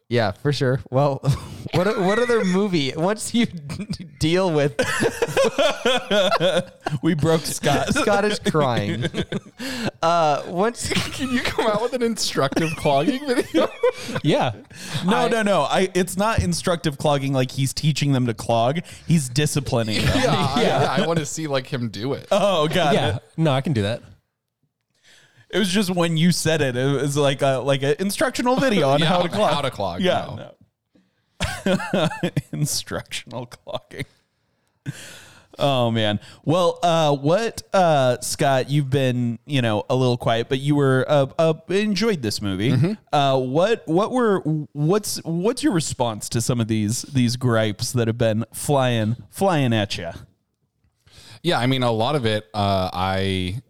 Yeah, for sure. Well, [LAUGHS] what what other movie? Once you [LAUGHS] deal with we broke Scott. uh, Scottish [LAUGHS] crying, uh, once Can you come out with [LAUGHS] an instructive clogging video? Yeah. [LAUGHS] No, no, no. I it's not instructive clogging like he's teaching them to clog. He's disciplining them. yeah, I- yeah, I want to see like him do it. [LAUGHS] Oh god. Yeah. No, I can do that. It was just when you said it. It was like a like an instructional video on Yeah, how to clog. how to clog, no. Yeah. no. [LAUGHS] instructional clogging. Oh man. Well, uh, what uh, Scott? You've been you know a little quiet, but you were uh, uh, enjoyed this movie. Uh, what what were what's what's your response to some of these these gripes that have been flying flying at you? Yeah, I mean, a lot of it uh, I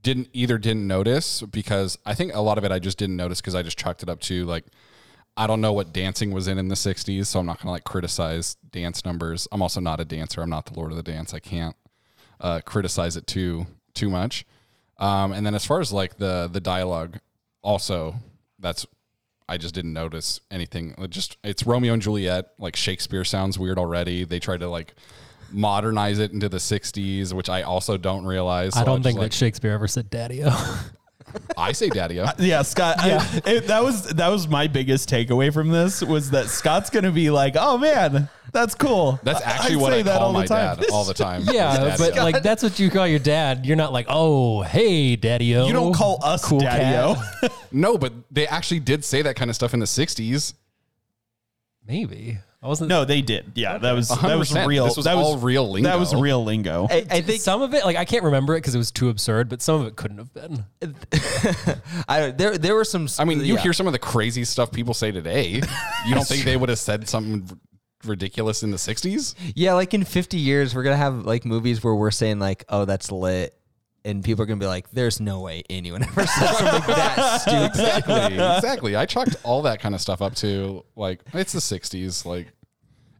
didn't either didn't notice because I think a lot of it I just didn't notice because I just chalked it up to like I don't know what dancing was in in the '60s, so I'm not gonna like criticize dance numbers. I'm also not a dancer. I'm not the Lord of the Dance. I can't uh, criticize it too too much. Um, and then as far as like the the dialogue, also that's I just didn't notice anything. It just it's Romeo and Juliet. Like Shakespeare sounds weird already. They tried to like modernize it into the 60s, which I also don't realize. I So don't just, think like, that Shakespeare ever said daddy o. I say daddy. Yeah, Scott. I- it- that was that was my biggest takeaway from this was that Scott's gonna be like, "Oh man, that's cool." That's actually I what say I that call all the my time. dad all the time. [LAUGHS] Yeah, Is but daddy-o. like that's what you call your dad. You're not like, oh, hey, daddy o. You don't call us cool daddy-o. no, but they actually did say that kind of stuff in the 60s. Maybe I wasn't. [LAUGHS] No, they did. Yeah, that was that was 100%. real. This was that all real lingo. That was real lingo. I, I think [LAUGHS] some of it, like I can't remember it because it was too absurd, but some of it couldn't have been. I, there there were some. I mean, you yeah. hear some of the crazy stuff people say [LAUGHS] today. You don't think they would have said something r- ridiculous in [LAUGHS] the 60s? Yeah, like in 50 years, we're gonna have like movies where we're saying like, "Oh, that's lit," and people are gonna be like, "There's no way anyone [LAUGHS] ever said something [LAUGHS] that stupid." Exactly. exactly. I chalked all that kind of stuff up to like it's the 60s like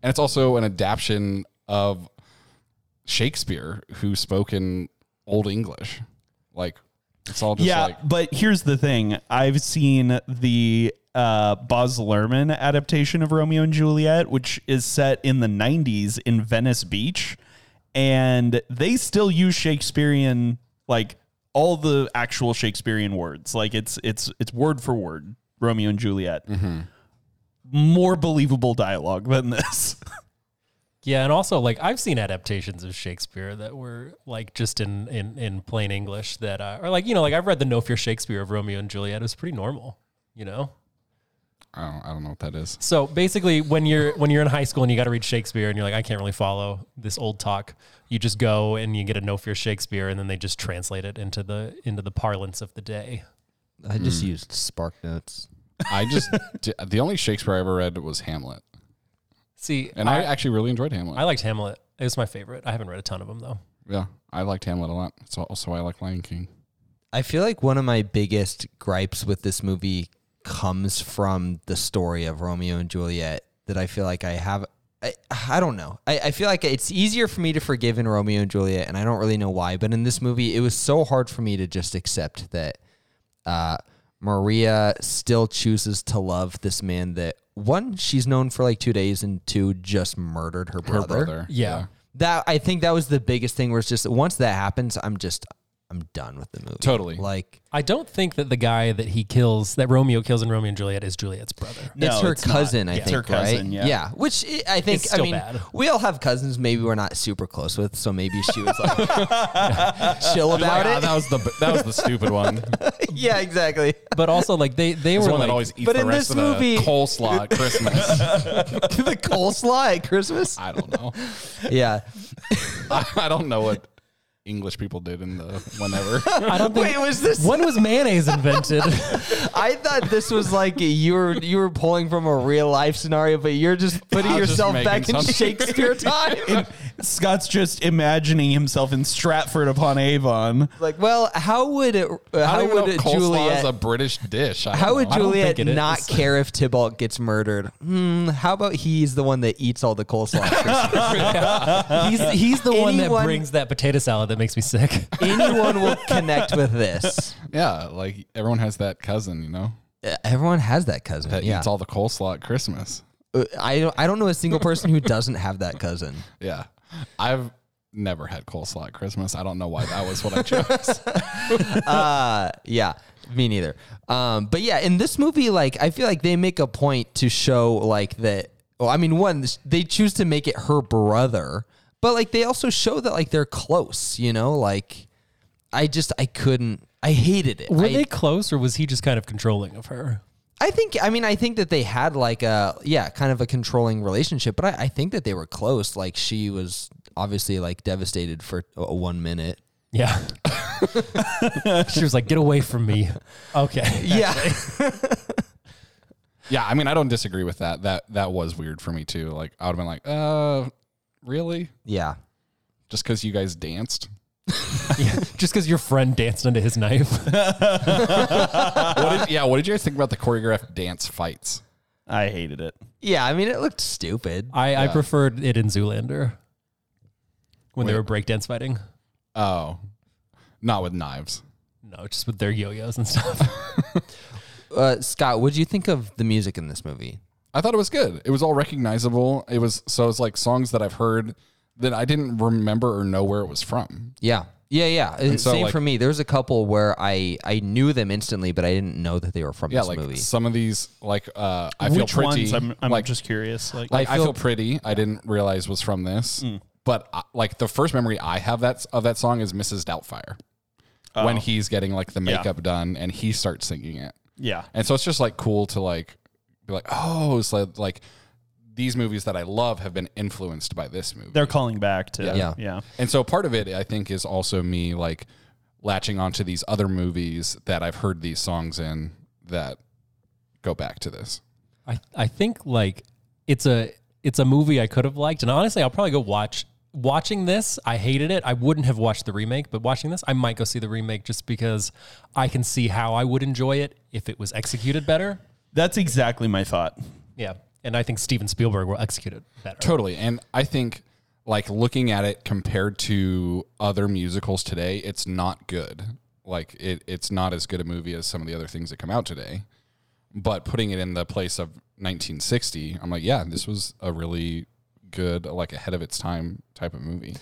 and it's also an adaptation of Shakespeare who spoke in old English. Like it's all just yeah, like but here's the thing: I've seen the uh, Baz Luhrmann adaptation of Romeo and Juliet, which is set in the '90s in Venice Beach, and they still use Shakespearean, like all the actual Shakespearean words. Like it's it's it's word for word Romeo and Juliet. Mm-hmm. More believable dialogue than this. Yeah, and also like I've seen adaptations of Shakespeare that were like just in in in plain English that uh, or like you know like I've read the No Fear Shakespeare of Romeo and Juliet. It was pretty normal, you know. I don't, I don't know what that is. So basically, when you're when you're in high school and you got to read Shakespeare and you're like, I can't really follow this old talk, you just go and you get a No Fear Shakespeare, and then they just translate it into the into the parlance of the day. I just Hmm. used Spark Notes. I [LAUGHS] just di- the only Shakespeare I ever read was Hamlet. See, And I, actually really enjoyed Hamlet. I liked Hamlet. It was my favorite. I haven't read a ton of them though. yeah, I liked Hamlet a lot. So also I like Lion King. I feel like one of my biggest gripes with this movie comes from the story of Romeo and Juliet that I feel like I have. I, I don't know. I, I feel like it's easier for me to forgive in Romeo and Juliet, and I don't really know why. But in this movie, it was so hard for me to just accept that uh, Maria still chooses to love this man that one she's known for like two days, and two just murdered her brother. Her brother. Yeah. That I think that was the biggest thing. Where it's just once that happens, I'm just I'm done with the movie. Totally. Like I don't think that the guy that he kills, that Romeo kills in Romeo and Juliet, is Juliet's brother. No, it's her it's not. cousin, I Yeah. It's think. her cousin, right? yeah. Which i- I think. It's I still mean, bad. we all have cousins. Maybe we're not super close with, so maybe she was like chill about Ah, it. that was the that was the stupid [LAUGHS] one. [LAUGHS] yeah, exactly. But also, like they they It's were one like, that always eats but the in rest this of the movie- coleslaw at Christmas. [LAUGHS] the coleslaw at Christmas. I don't know. [LAUGHS] Yeah. I, I don't know what English people did in the whenever. I [LAUGHS] don't think Wait, was [LAUGHS] this? when was mayonnaise [LAUGHS] invented? I thought this was like you were you were pulling from a real life scenario, but you're just putting I was just yourself making back in something. Shakespeare time. [LAUGHS] [LAUGHS] Scott's just imagining himself in Stratford upon Avon. like, well, how would it, uh, [LAUGHS] I how don't even would know if it, coleslaw Juliet? is a British dish. I How don't would know. Juliet think it not is. care if Tybalt gets murdered? Hmm, how about he's the one that eats all the coleslaw? at [LAUGHS] Christmas? he's he's the one that Anyone- brings that potato salad that makes me sick. Anyone will connect with [LAUGHS] this. Yeah, like everyone has that cousin, you know, Uh, Everyone has that cousin. that yeah, eats all the coleslaw at Christmas. Uh, I don't. I don't know a single person who doesn't have that cousin. Yeah, I've never had coleslaw at Christmas. I don't know why that was what I chose. [LAUGHS] uh, yeah, me neither. Um, but yeah, in this movie, like I feel like they make a point to show like that. Well, I mean, one they choose to make it her brother, but like they also show that like they're close. You know, like I just I couldn't. I hated it. Were I, they close, or was he just kind of controlling of her? I think. I mean, I think that they had like a yeah, kind of a controlling relationship. But I, I think that they were close. Like she was obviously like devastated for uh, one minute. Yeah. [LAUGHS] she was like, "Get away from me." Okay. Yeah. yeah, I mean, I don't disagree with that. That that was weird for me too. Like I would have been like, uh, really? [LAUGHS] yeah. Just because you guys danced? [LAUGHS] Yeah. Just because your friend danced into his knife. What did, yeah. What did you guys think about the choreographed dance fights? I hated it. Yeah. I mean, it looked stupid. I, I preferred it in Zoolander when they were breakdance fighting. Oh, not with knives. No, just with their yo-yos and stuff. Uh, Scott, what do you think of the music in this movie? I thought it was good. It was all recognizable. It was so it's like songs that I've heard that I didn't remember or know where it was from. Yeah. Yeah, yeah. It's so, Same like- for me. There was a couple where I, I knew them instantly, but I didn't know that they were from Yeah, this like movie. some of these, like uh, I feel Which pretty. ones? I'm, I'm like just curious. Like, like I feel, pretty. I didn't realize was from this, but I, like the first memory I have that of that song is Mrs. Doubtfire when he's getting like the Yeah. makeup done and he starts singing it, yeah, and so it's just like cool to like be like oh, it's like, like these movies that I love have been influenced by this movie. they're calling back to Yeah. yeah, And so part of it, I think, is also me like latching onto these other movies that I've heard these songs in that go back to this. [LAUGHS] I, I think like it's a it's a movie I could have liked, and honestly, I'll probably go watch. Watching this, I hated it. I wouldn't have watched the remake, but watching this, I might go see the remake just because I can see how I would enjoy it if it was executed better. That's exactly my thought. Yeah, and I think Steven Spielberg will execute it better. Totally. And I think like looking at it compared to other musicals today, it's not good. Like it, it's not as good a movie as some of the other things that come out today. But putting it in the place of 1960, I'm like, yeah, this was a really good, like ahead of its time type of movie.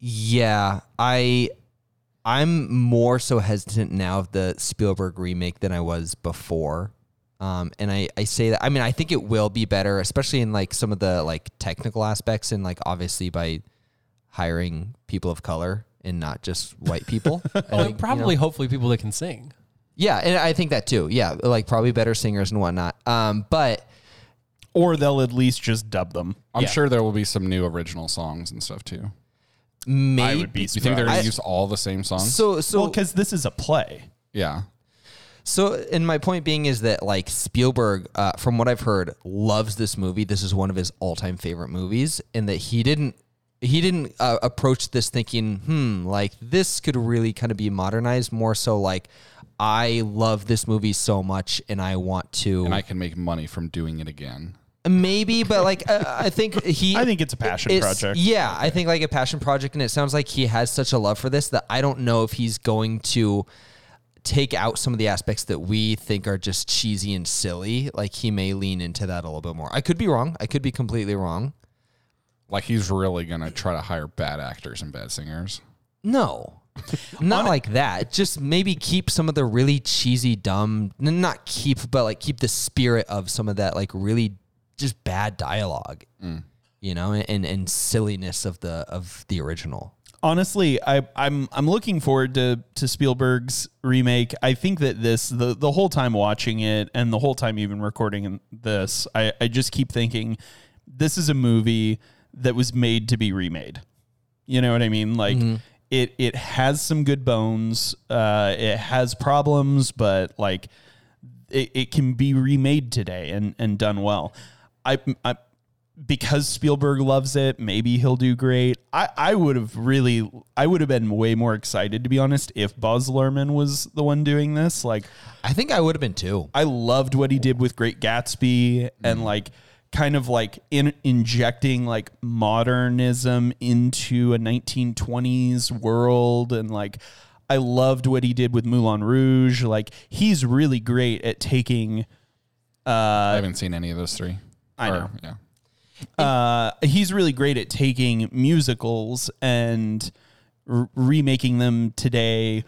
Yeah, I I'm more so hesitant now of the Spielberg remake than I was before. Um, and I, I say that I mean I think it will be better, especially in like some of the like technical aspects and like obviously by hiring people of color and not just white people. I And think, you know. probably, hopefully, people that can sing. Yeah, and I think that too. Yeah, like probably better singers and whatnot. Um, but Or they'll at least just dub them. I'm Yeah. sure there will be some new original songs and stuff too. maybe I would be. You think they're I- gonna use all the same songs? so so because this is a play. yeah, So, and my point being is that like Spielberg, uh, from what I've heard, loves this movie. This is one of his all-time favorite movies, and that he didn't he didn't uh, approach this thinking, hmm, like this could really kind of be modernized. More so, like I love this movie so much, and I want to and I can make money from doing it again. maybe, but like uh, I think he. I think it's a passion it's- project. Yeah, I think like a passion project, and it sounds like he has such a love for this that I don't know if he's going to take out some of the aspects that we think are just cheesy and silly. Like he may lean into that a little bit more. I could be wrong. I could be completely wrong. Like he's really gonna try to hire bad actors and bad singers. [LAUGHS] No. Not like that. Just maybe keep some of the really cheesy, dumb. n- Not keep, but like keep the spirit of some of that, like really just bad dialogue, you know, and and silliness of the of the original. honestly, I, I'm I'm looking forward to to Spielberg's remake. I think that this the the whole time watching it and the whole time even recording this, I, I just keep thinking this is a movie that was made to be remade. You know what I mean? Like it it has some good bones. Uh, it has problems, but like it, it can be remade today and and done well. I, I because Spielberg loves it, maybe he'll do great. I, I would have really I would have been way more excited to be honest if Buzz Luhrmann was the one doing this. Like I think I would have been too. I loved what he did with Great Gatsby and like kind of like in, injecting like modernism into a 1920s world and like I loved what he did with Moulin Rouge. Like he's really great at taking I haven't seen any of those three. I know. Yeah, uh, he's really great at taking musicals and r- remaking them today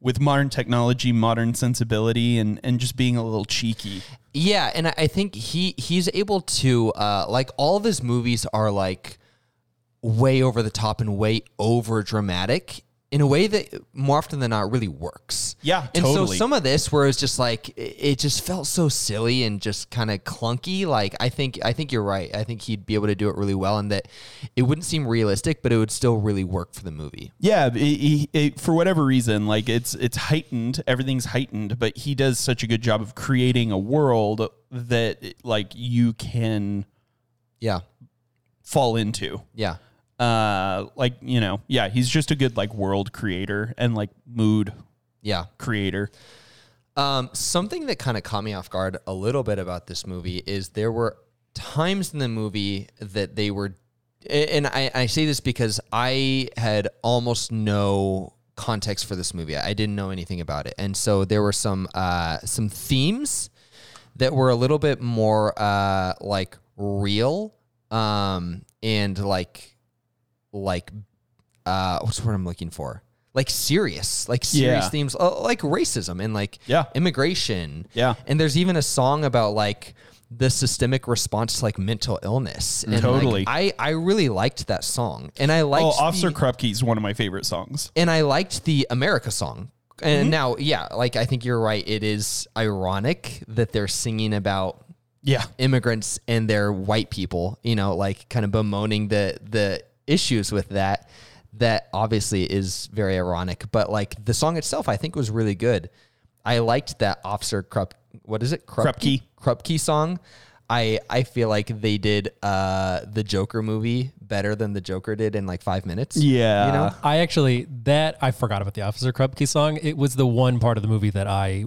with modern technology, modern sensibility, and and just being a little cheeky. Yeah, and I- I think he he's able to uh, like all of his movies are like way over the top and way over dramatic in a way that more often than not really works. Yeah, and so totally. some of this where it's just like it- it just felt so silly and just kind of clunky. Like I think I think you're right. I think he'd be able to do it really well, and that it wouldn't seem realistic, but it would still really work for the movie. Yeah, it, it, it- for whatever reason, like it's it's heightened. Everything's heightened, but he does such a good job of creating a world that like you can Yeah, fall into. yeah. Uh, like you know, yeah, he's just a good like world creator and like mood Yeah. creator. Um, something that kind of caught me off guard a little bit about this movie is there were times in the movie that they were, a- and I, I say this because I had almost no context for this movie. I didn't know anything about it, and so there were some uh, some themes that were a little bit more uh, like real um, and like like uh, what's the word I'm looking for? Like serious, like serious Yeah. themes, uh, like racism and like Yeah. immigration. Yeah. and there's even a song about like the systemic response to like mental illness. And like, Mm. Totally. I I really liked that song, and I liked Oh, Officer the- Krupke is one of my favorite songs. and I liked the America song. And Mm-hmm. now, yeah, like I think you're right. It is ironic that they're singing about Yeah. immigrants and their white people, you know, like kind of bemoaning the the issues with that. That obviously is very ironic, but like the song itself, I think was really good. I liked that Officer Krupp. What is it? Krupke. Krupke song. I I feel like they did uh the Joker movie better than the Joker did in like five minutes. Yeah. you know. I actually that I forgot about the Officer Krupke song. It was the one part of the movie that I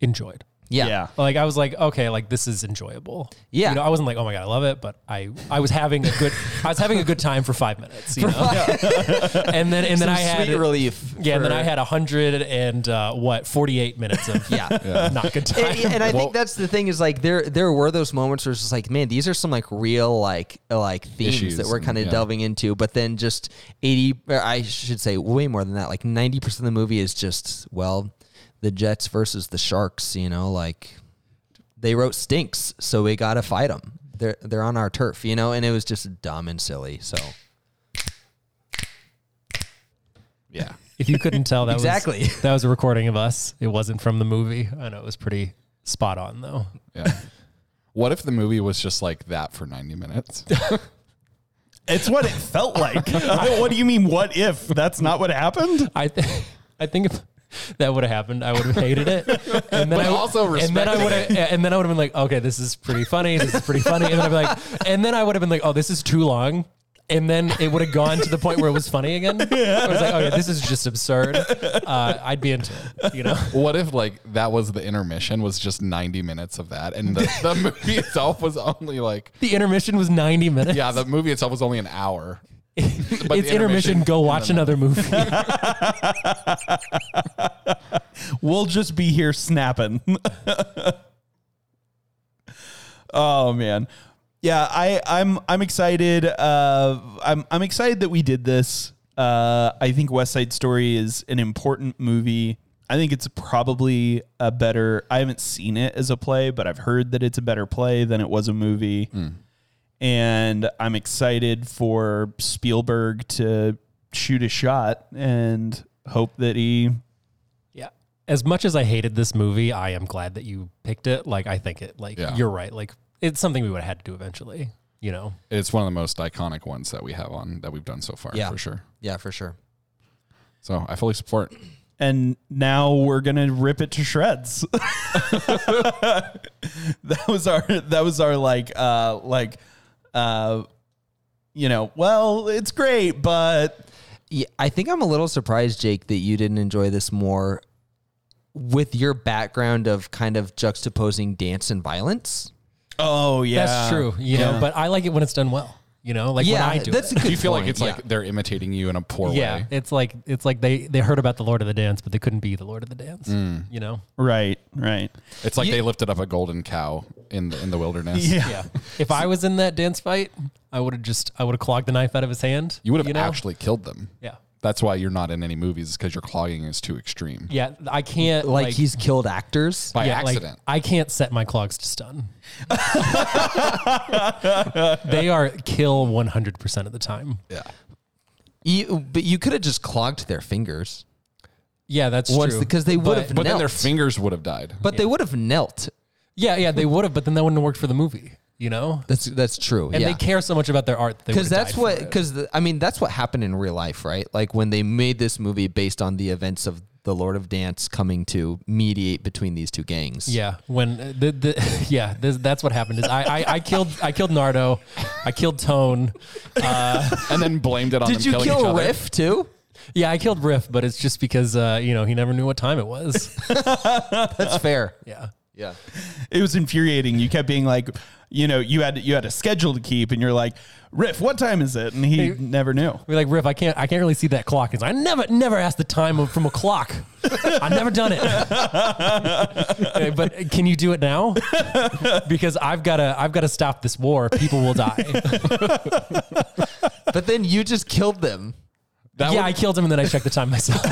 enjoyed. Yeah. [LAUGHS] Yeah. Like I was like, okay, like this is enjoyable. Yeah. you know, I wasn't like, oh my god, I love it, but I I was having a good I was having a good time for five minutes. You know? [LAUGHS] and then and Some then I had sweet relief. Yeah, and then for- I had a hundred and uh, what forty eight minutes of Yeah. [LAUGHS] not good time. and, and I think that's the thing is like there there were those moments where it's just like man these are some like real like like themes Issues that we're and- kind of yeah. delving into but then just 80 or I should say way more than that like 90% of the movie is just well the jets versus the sharks you know like they wrote stinks so we got to fight them they're they're on our turf you know and it was just dumb and silly so Yeah. If you couldn't tell, that Exactly. was, that was a recording of us. It wasn't from the movie. I know it was pretty spot on though. Yeah. [LAUGHS] what if the movie was just like that for 90 minutes? It's what it felt like. [LAUGHS] what do you mean, what if? That's not what happened? I th- [LAUGHS] I think if that would have happened, I would have hated it. And then I would- also and then I respected would have and then I would have been like, okay, this is pretty funny. This is pretty funny. And then I'd be like, [LAUGHS] and then I would have been like, oh, this is too long. And then it would have gone to the point where it was funny [LAUGHS] again. I was like, okay, this is just absurd. Uh, I'd be into it, you know. What if like that was the intermission was just 90 minutes of that and the, the movie itself was only like The intermission was ninety minutes. yeah, the movie itself was only an hour. the it's intermission. Go watch another movie. We'll just be here snapping. oh man. Yeah, I, I'm I'm excited. Uh, I'm I'm excited that we did this. Uh, I think West Side Story is an important movie. I think it's probably a better. I haven't seen it as a play, but I've heard that it's a better play than it was a movie. And I'm excited for Spielberg to shoot a shot and hope that he [LAUGHS] Yeah. As much as I hated this movie, I am glad that you picked it. Like I think it like Yeah. you're right. Like it's something we would have had to do eventually, you know. It's one of the most iconic ones that we have on that we've done so far Yeah. for sure. yeah for sure So I fully support. and now we're gonna rip it to shreds. [LAUGHS] that was our that was our like uh like uh you know well it's great but Yeah, I think I'm a little surprised, Jake, that you didn't enjoy this more with your background of kind of juxtaposing dance and violence. oh yeah That's true, you know, but I like it when it's done well, you know, like yeah, when I do that's it. a good Do you feel like point, it's yeah. like they're imitating you in a poor Yeah, way? it's like it's like they they heard about the Lord of the Dance, but they couldn't be the Lord of the Dance, you know. right right It's like they lifted up a golden cow in the in the wilderness. Yeah. if I was in that dance fight, I would have just I would have clogged the knife out of his hand. You would have know? actually killed them. Yeah. That's why you're not in any movies because your clogging is too extreme. Yeah, I can't like, he's killed actors. By Yeah, like, accident. I can't set my clogs to stun. they are kill 100% of the time. yeah. You, but you could have just clogged their fingers Yeah, that's once true. because they would have But then knelt. their fingers would have died. but they would have knelt. yeah, yeah, they would have, but then that wouldn't have worked for the movie, you know? That's that's true. And yeah. they care so much about their art because that's what because I mean that's what happened in real life, right? Like when they made this movie based on the events of the Lord of Dance coming to mediate between these two gangs. Yeah, when uh, the, the [LAUGHS] yeah, this, that's what happened. Is I, I I killed I killed Nardo, I killed Tone. [LAUGHS] and then blamed it on them Did you killing each kill other. Riff too? Yeah, I killed Riff, but it's just because uh, you know he never knew what time it was. That's fair. Yeah, Yeah. it was infuriating. You kept being like, you know, you had you had a schedule to keep, and you're like, Riff, what time is it? And he Hey. never knew. We're like, Riff, I can't, I can't really see that clock. He's like, I never, never asked the time of- from a clock. I've never done it. [LAUGHS] Okay, but can you do it now? Because I've got to, I've got to stop this war. People will die. But then you just killed them. That yeah, would, I killed him and then I checked the time myself.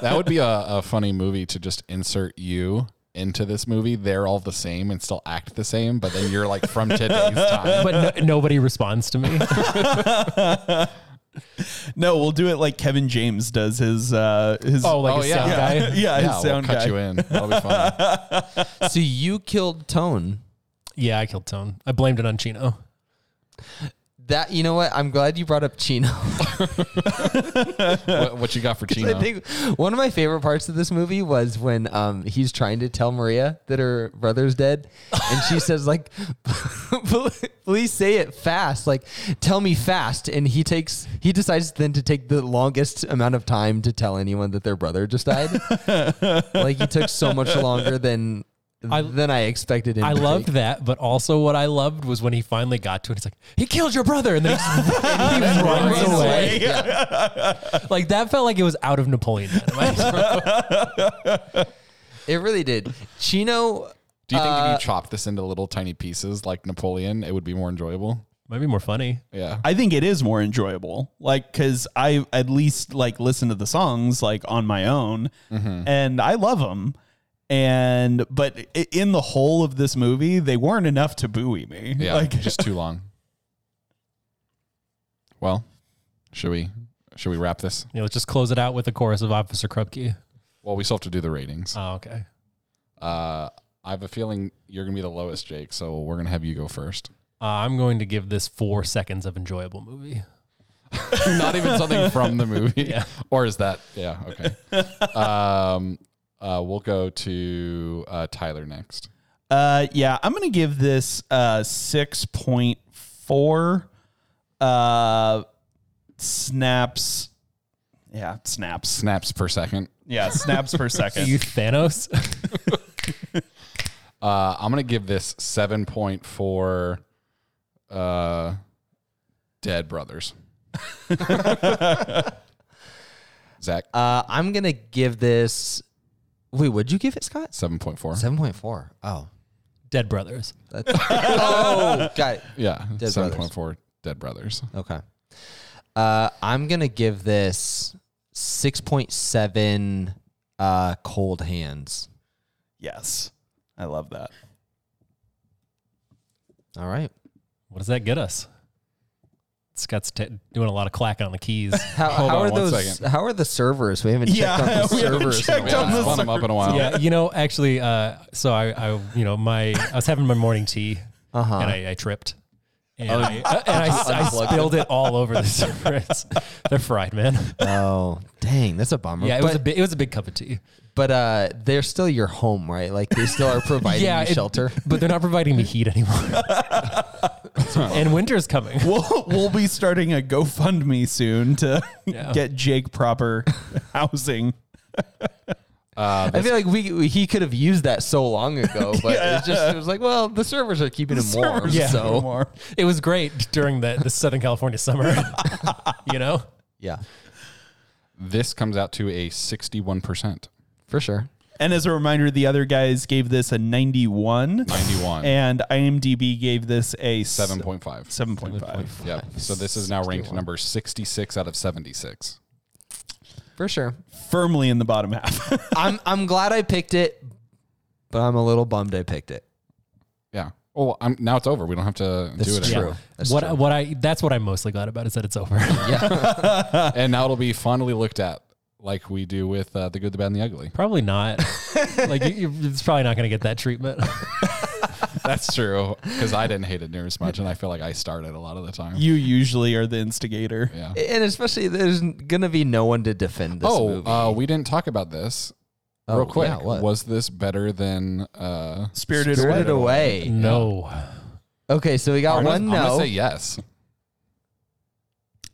that would be a, a funny movie to just insert you into this movie. They're all the same and still act the same, but then you're like [LAUGHS] from today's time. but no, nobody responds to me. No, we'll do it like Kevin James does his uh, his. Oh, like Oh, a yeah. sound [LAUGHS] yeah, guy. yeah, his yeah, we'll sound cut guy. you in. That'll be fun. [LAUGHS] So you killed Tone. Yeah, I killed Tone. I blamed it on Chino. That you know what? I'm glad you brought up Chino. [LAUGHS] what, what you got for Chino? I think one of my favorite parts of this movie was when um, he's trying to tell Maria that her brother's dead, and she says like, [LAUGHS] "Please say it fast, like tell me fast." And he takes he decides then to take the longest amount of time to tell anyone that their brother just [LAUGHS] died. like he took so much longer than I- than I expected him. I to loved take. that, but also what I loved was when he finally got to it. He's like, "He killed your brother," and then he, [LAUGHS] just, and he runs Runs away. away. Yeah. Like that felt like it was out of Napoleon. [LAUGHS] Dynamite. It really did. Chino Do you think uh, if you chopped this into little tiny pieces like Napoleon, it would be more enjoyable? Might be more funny. Yeah. I think it is more enjoyable, like because I at least like listen to the songs like on my own, and I love them. And but i- in the whole of this movie, they weren't enough to buoy me. Yeah. Like, just too long. Well, should we should we wrap this? You know, let's just close it out with a chorus of Officer Krupke. Well, we still have to do the ratings. Oh, okay. Uh, I have a feeling you're gonna be the lowest, Jake. So we're gonna have you go first. [LAUGHS] Uh, I'm going to give this four seconds of enjoyable movie. Not even something from the movie, or is that? Yeah. Okay. Um, uh, we'll go to uh, Tyler next. Uh, yeah, I'm gonna give this uh 6.4 uh snaps. Yeah, snaps. Snaps per second. Yeah, snaps per Are second. you Thanos? [LAUGHS] Uh, I'm gonna give this 7.4 uh, [LAUGHS] Dead Brothers. Zach, Uh, I'm gonna give this. Wait, would you give it, Scott? 7.4. Seven point four. Oh, Dead Brothers. that's, oh, got it. Yeah, Brothers. 7.4 Dead Brothers. Okay. Uh, I'm gonna give this six point seven. Uh, cold hands. yes. I love that. All right. What does that get us? Scott's t- doing a lot of clack on the keys. How, Hold how on are one those? second. How are the servers? We haven't checked Yeah, on the [LAUGHS] we haven't servers. in a checked Yeah, I on while. the haven't spun them up in a while. yeah, you know, actually, uh, so I, I, you know, my I was having my morning tea and I, I tripped. And, I, uh, [LAUGHS] and I, I Unplugged spilled it all over [LAUGHS] the surface. They're fried, man. Oh, dang, that's a bummer. Yeah, it but was a big, it was a big cup of tea. but uh, they're still your home, right? Like they still are providing yeah, you it- shelter. but they're not providing me heat [LAUGHS] anymore. and winter's coming. We'll we'll be starting a GoFundMe soon to [LAUGHS] Yeah. get Jake proper housing. Uh, I feel like we, we- he could have used that so long [LAUGHS] ago, but it just it was like, well, the servers are keeping him warm. Yeah. So More. It was great during the, the Southern California summer. [LAUGHS] you know, yeah, this comes out to a 61%. for sure. And as a reminder, the other guys gave this a 91, 91. and IMDb gave this a s- 7.5. 7.5. Yep. So this is now ranked number 66 out of 76. For sure. Firmly in the bottom half. [LAUGHS] [LAUGHS] I'm I'm glad I picked it, but I'm a little bummed I picked it. Yeah. Oh, I'm, now it's over. We don't have to do it That's anymore. true. That's what true. I- what I that's what I'm mostly glad about is that it's over. [LAUGHS] And now it'll be fondly looked at like we do with uh, The Good, the Bad, and the Ugly. Probably not. like you, you, it's probably not going to get that treatment. That's true. Because I didn't hate it near as much. And I feel like I started a lot of the time. you usually are the instigator. yeah. [LAUGHS] and especially there's gonna be no one to defend this Oh, movie. uh, we didn't talk about this. Oh, Real quick, yeah, what? was this better than uh, Spirited, Spirited Away. Away. no. Okay, so we got I'm one gonna- I'm no. gonna say yes.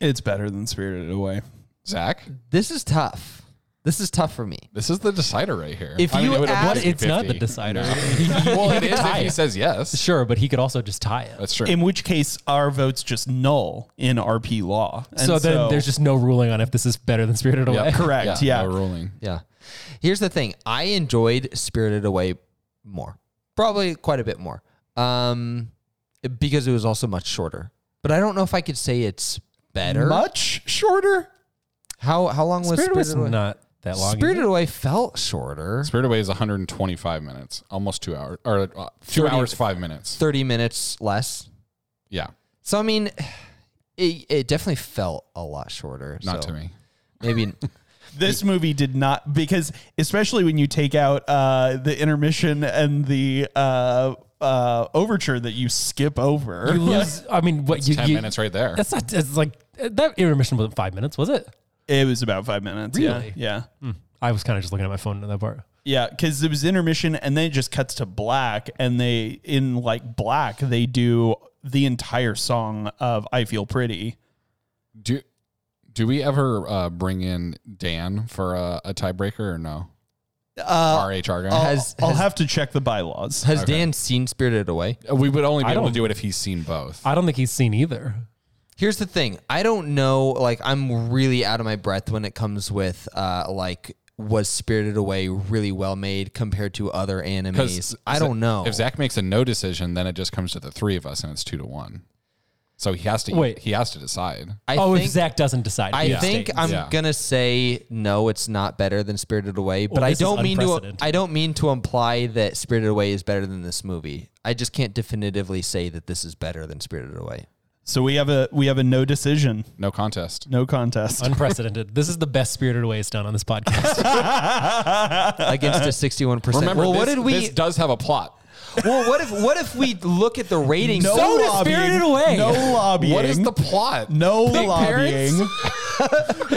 It's better than Spirited Away. Zach, This is tough This is tough for me. This is the decider right here. If you it would have add- been It's not the 50. decider. [LAUGHS] well, it is if tie [LAUGHS] he it. says yes. Sure, but he could also just tie it. That's true. In which case, our vote's just null in RP law. And so then there's just no ruling on if this is better than Spirited Away. correct. Yeah. No ruling. Yeah. Here's the thing. I enjoyed Spirited Away more. Probably quite a bit more. Um because it was also much shorter. But I don't know if I could say it's better. Much shorter. How how long was [LAUGHS] Spirited Spirited, Away? Away's not that long. is Spirited it? Away felt shorter. Spirit Away is 125 minutes, almost two hours, or uh, two 30. hours five minutes. 30 minutes less. Yeah, So I mean it, it definitely felt a lot shorter. not so to me. Maybe This movie did not because especially when you take out uh, the intermission and the uh, uh, overture that you skip over. You lose. I mean, what you, Ten you- minutes right there. That's not. It's like that intermission wasn't five minutes, was it? It was about five minutes. Really? Yeah. Yeah. I was kind of just looking at my phone at that part. Yeah, because it was intermission, and then it just cuts to black, and they in like black they do the entire song of "I Feel Pretty." Do do we ever uh, bring in Dan for a, a tiebreaker or no? Uh, RHR guy. has, I'll has, have to check the bylaws. has Dan seen Spirited Away? we would only be I able to don't- do it if he's seen both. I don't think he's seen either. Here's the thing. I don't know. Like, I'm really out of my breath when it comes with, uh, like, was Spirited Away really well made compared to other animes? I don't know. If Zach makes a no decision, then it just comes to the three of us, and it's two to one. So he has to Wait. He has to decide. I oh, think, if Zach doesn't decide, I he think stays. I'm Yeah. gonna say no. It's not better than Spirited Away, but I this is don't mean to. unprecedented. I don't mean to imply that Spirited Away is better than this movie. I just can't definitively say that this is better than Spirited [LAUGHS] Away. So we have a we have a no decision, No contest. no contest. unprecedented. This is the best Spirited Away it's done on this podcast. Against a 61. percent Remember, well, this, what did we? This does have a plot. [LAUGHS] well, what if what if we look at the ratings? No So does Spirited Away. No lobbying. What is the plot? no Big parents? lobbying?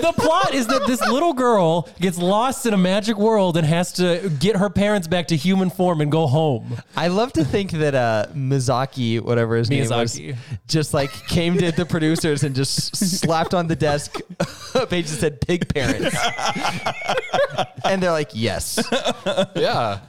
the plot is that this little girl gets lost in a magic world and has to get her parents back to human form and go home. I love to think that uh, Mizaki, whatever his name Miyazaki. was, just like came to the producers and just slapped on the desk a [LAUGHS] page that said pig parents. [LAUGHS] and they're like, yes. Yeah.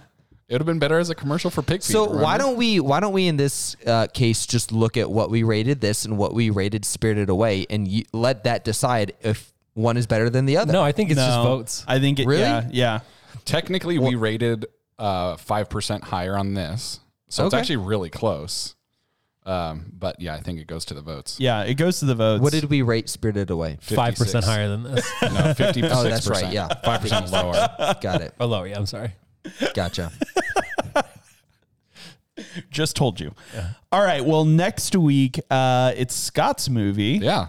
It would have been better as a commercial for pig feed. So why remember? don't we why don't we in this uh, case just look at what we rated this and what we rated Spirited Away and y- let that decide if one is better than the other. No, I think it's just No. votes. I think it. Really? Yeah. Yeah. Technically, we rated uh, five percent higher on this, so it's Okay. actually really close. Um, but yeah, I think it goes to the votes. Yeah. It goes to the votes. What did we rate Spirited Away? Five percent 56. higher than this. No, fifty. Oh, that's right, yeah. five percent lower. Got it. or lower. Oh, Yeah, I'm sorry. Gotcha. just told you? All right. Well, next week uh, it's Scott's movie. Yeah,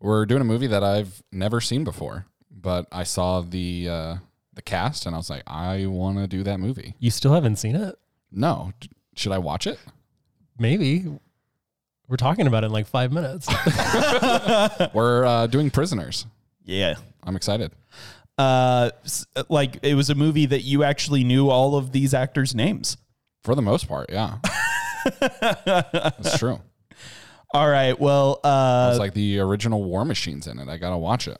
we're doing a movie that I've never seen before, but I saw the uh, the cast and I was like, I want to do that movie. You still haven't seen it? No, D- should I watch it? Maybe. We're talking about it in like five minutes. [LAUGHS] We're uh, doing Prisoners. Yeah. I'm excited. Uh, s- like it was a movie that you actually knew all of these actors' names. For the most part, yeah. That's true. All right. Well, uh, It's like the original War Machines in it. I gotta watch it.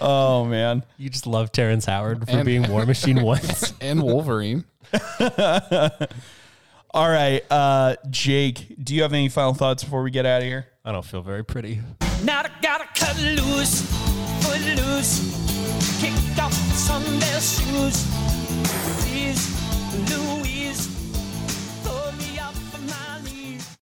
oh man, you just love Terrence Howard for And- being War Machine once. And Wolverine. all right, uh, Jake, do you have any final thoughts before we get out of here? I don't feel very pretty. Now I gotta cut loose, foot loose, kick off Sunday shoes,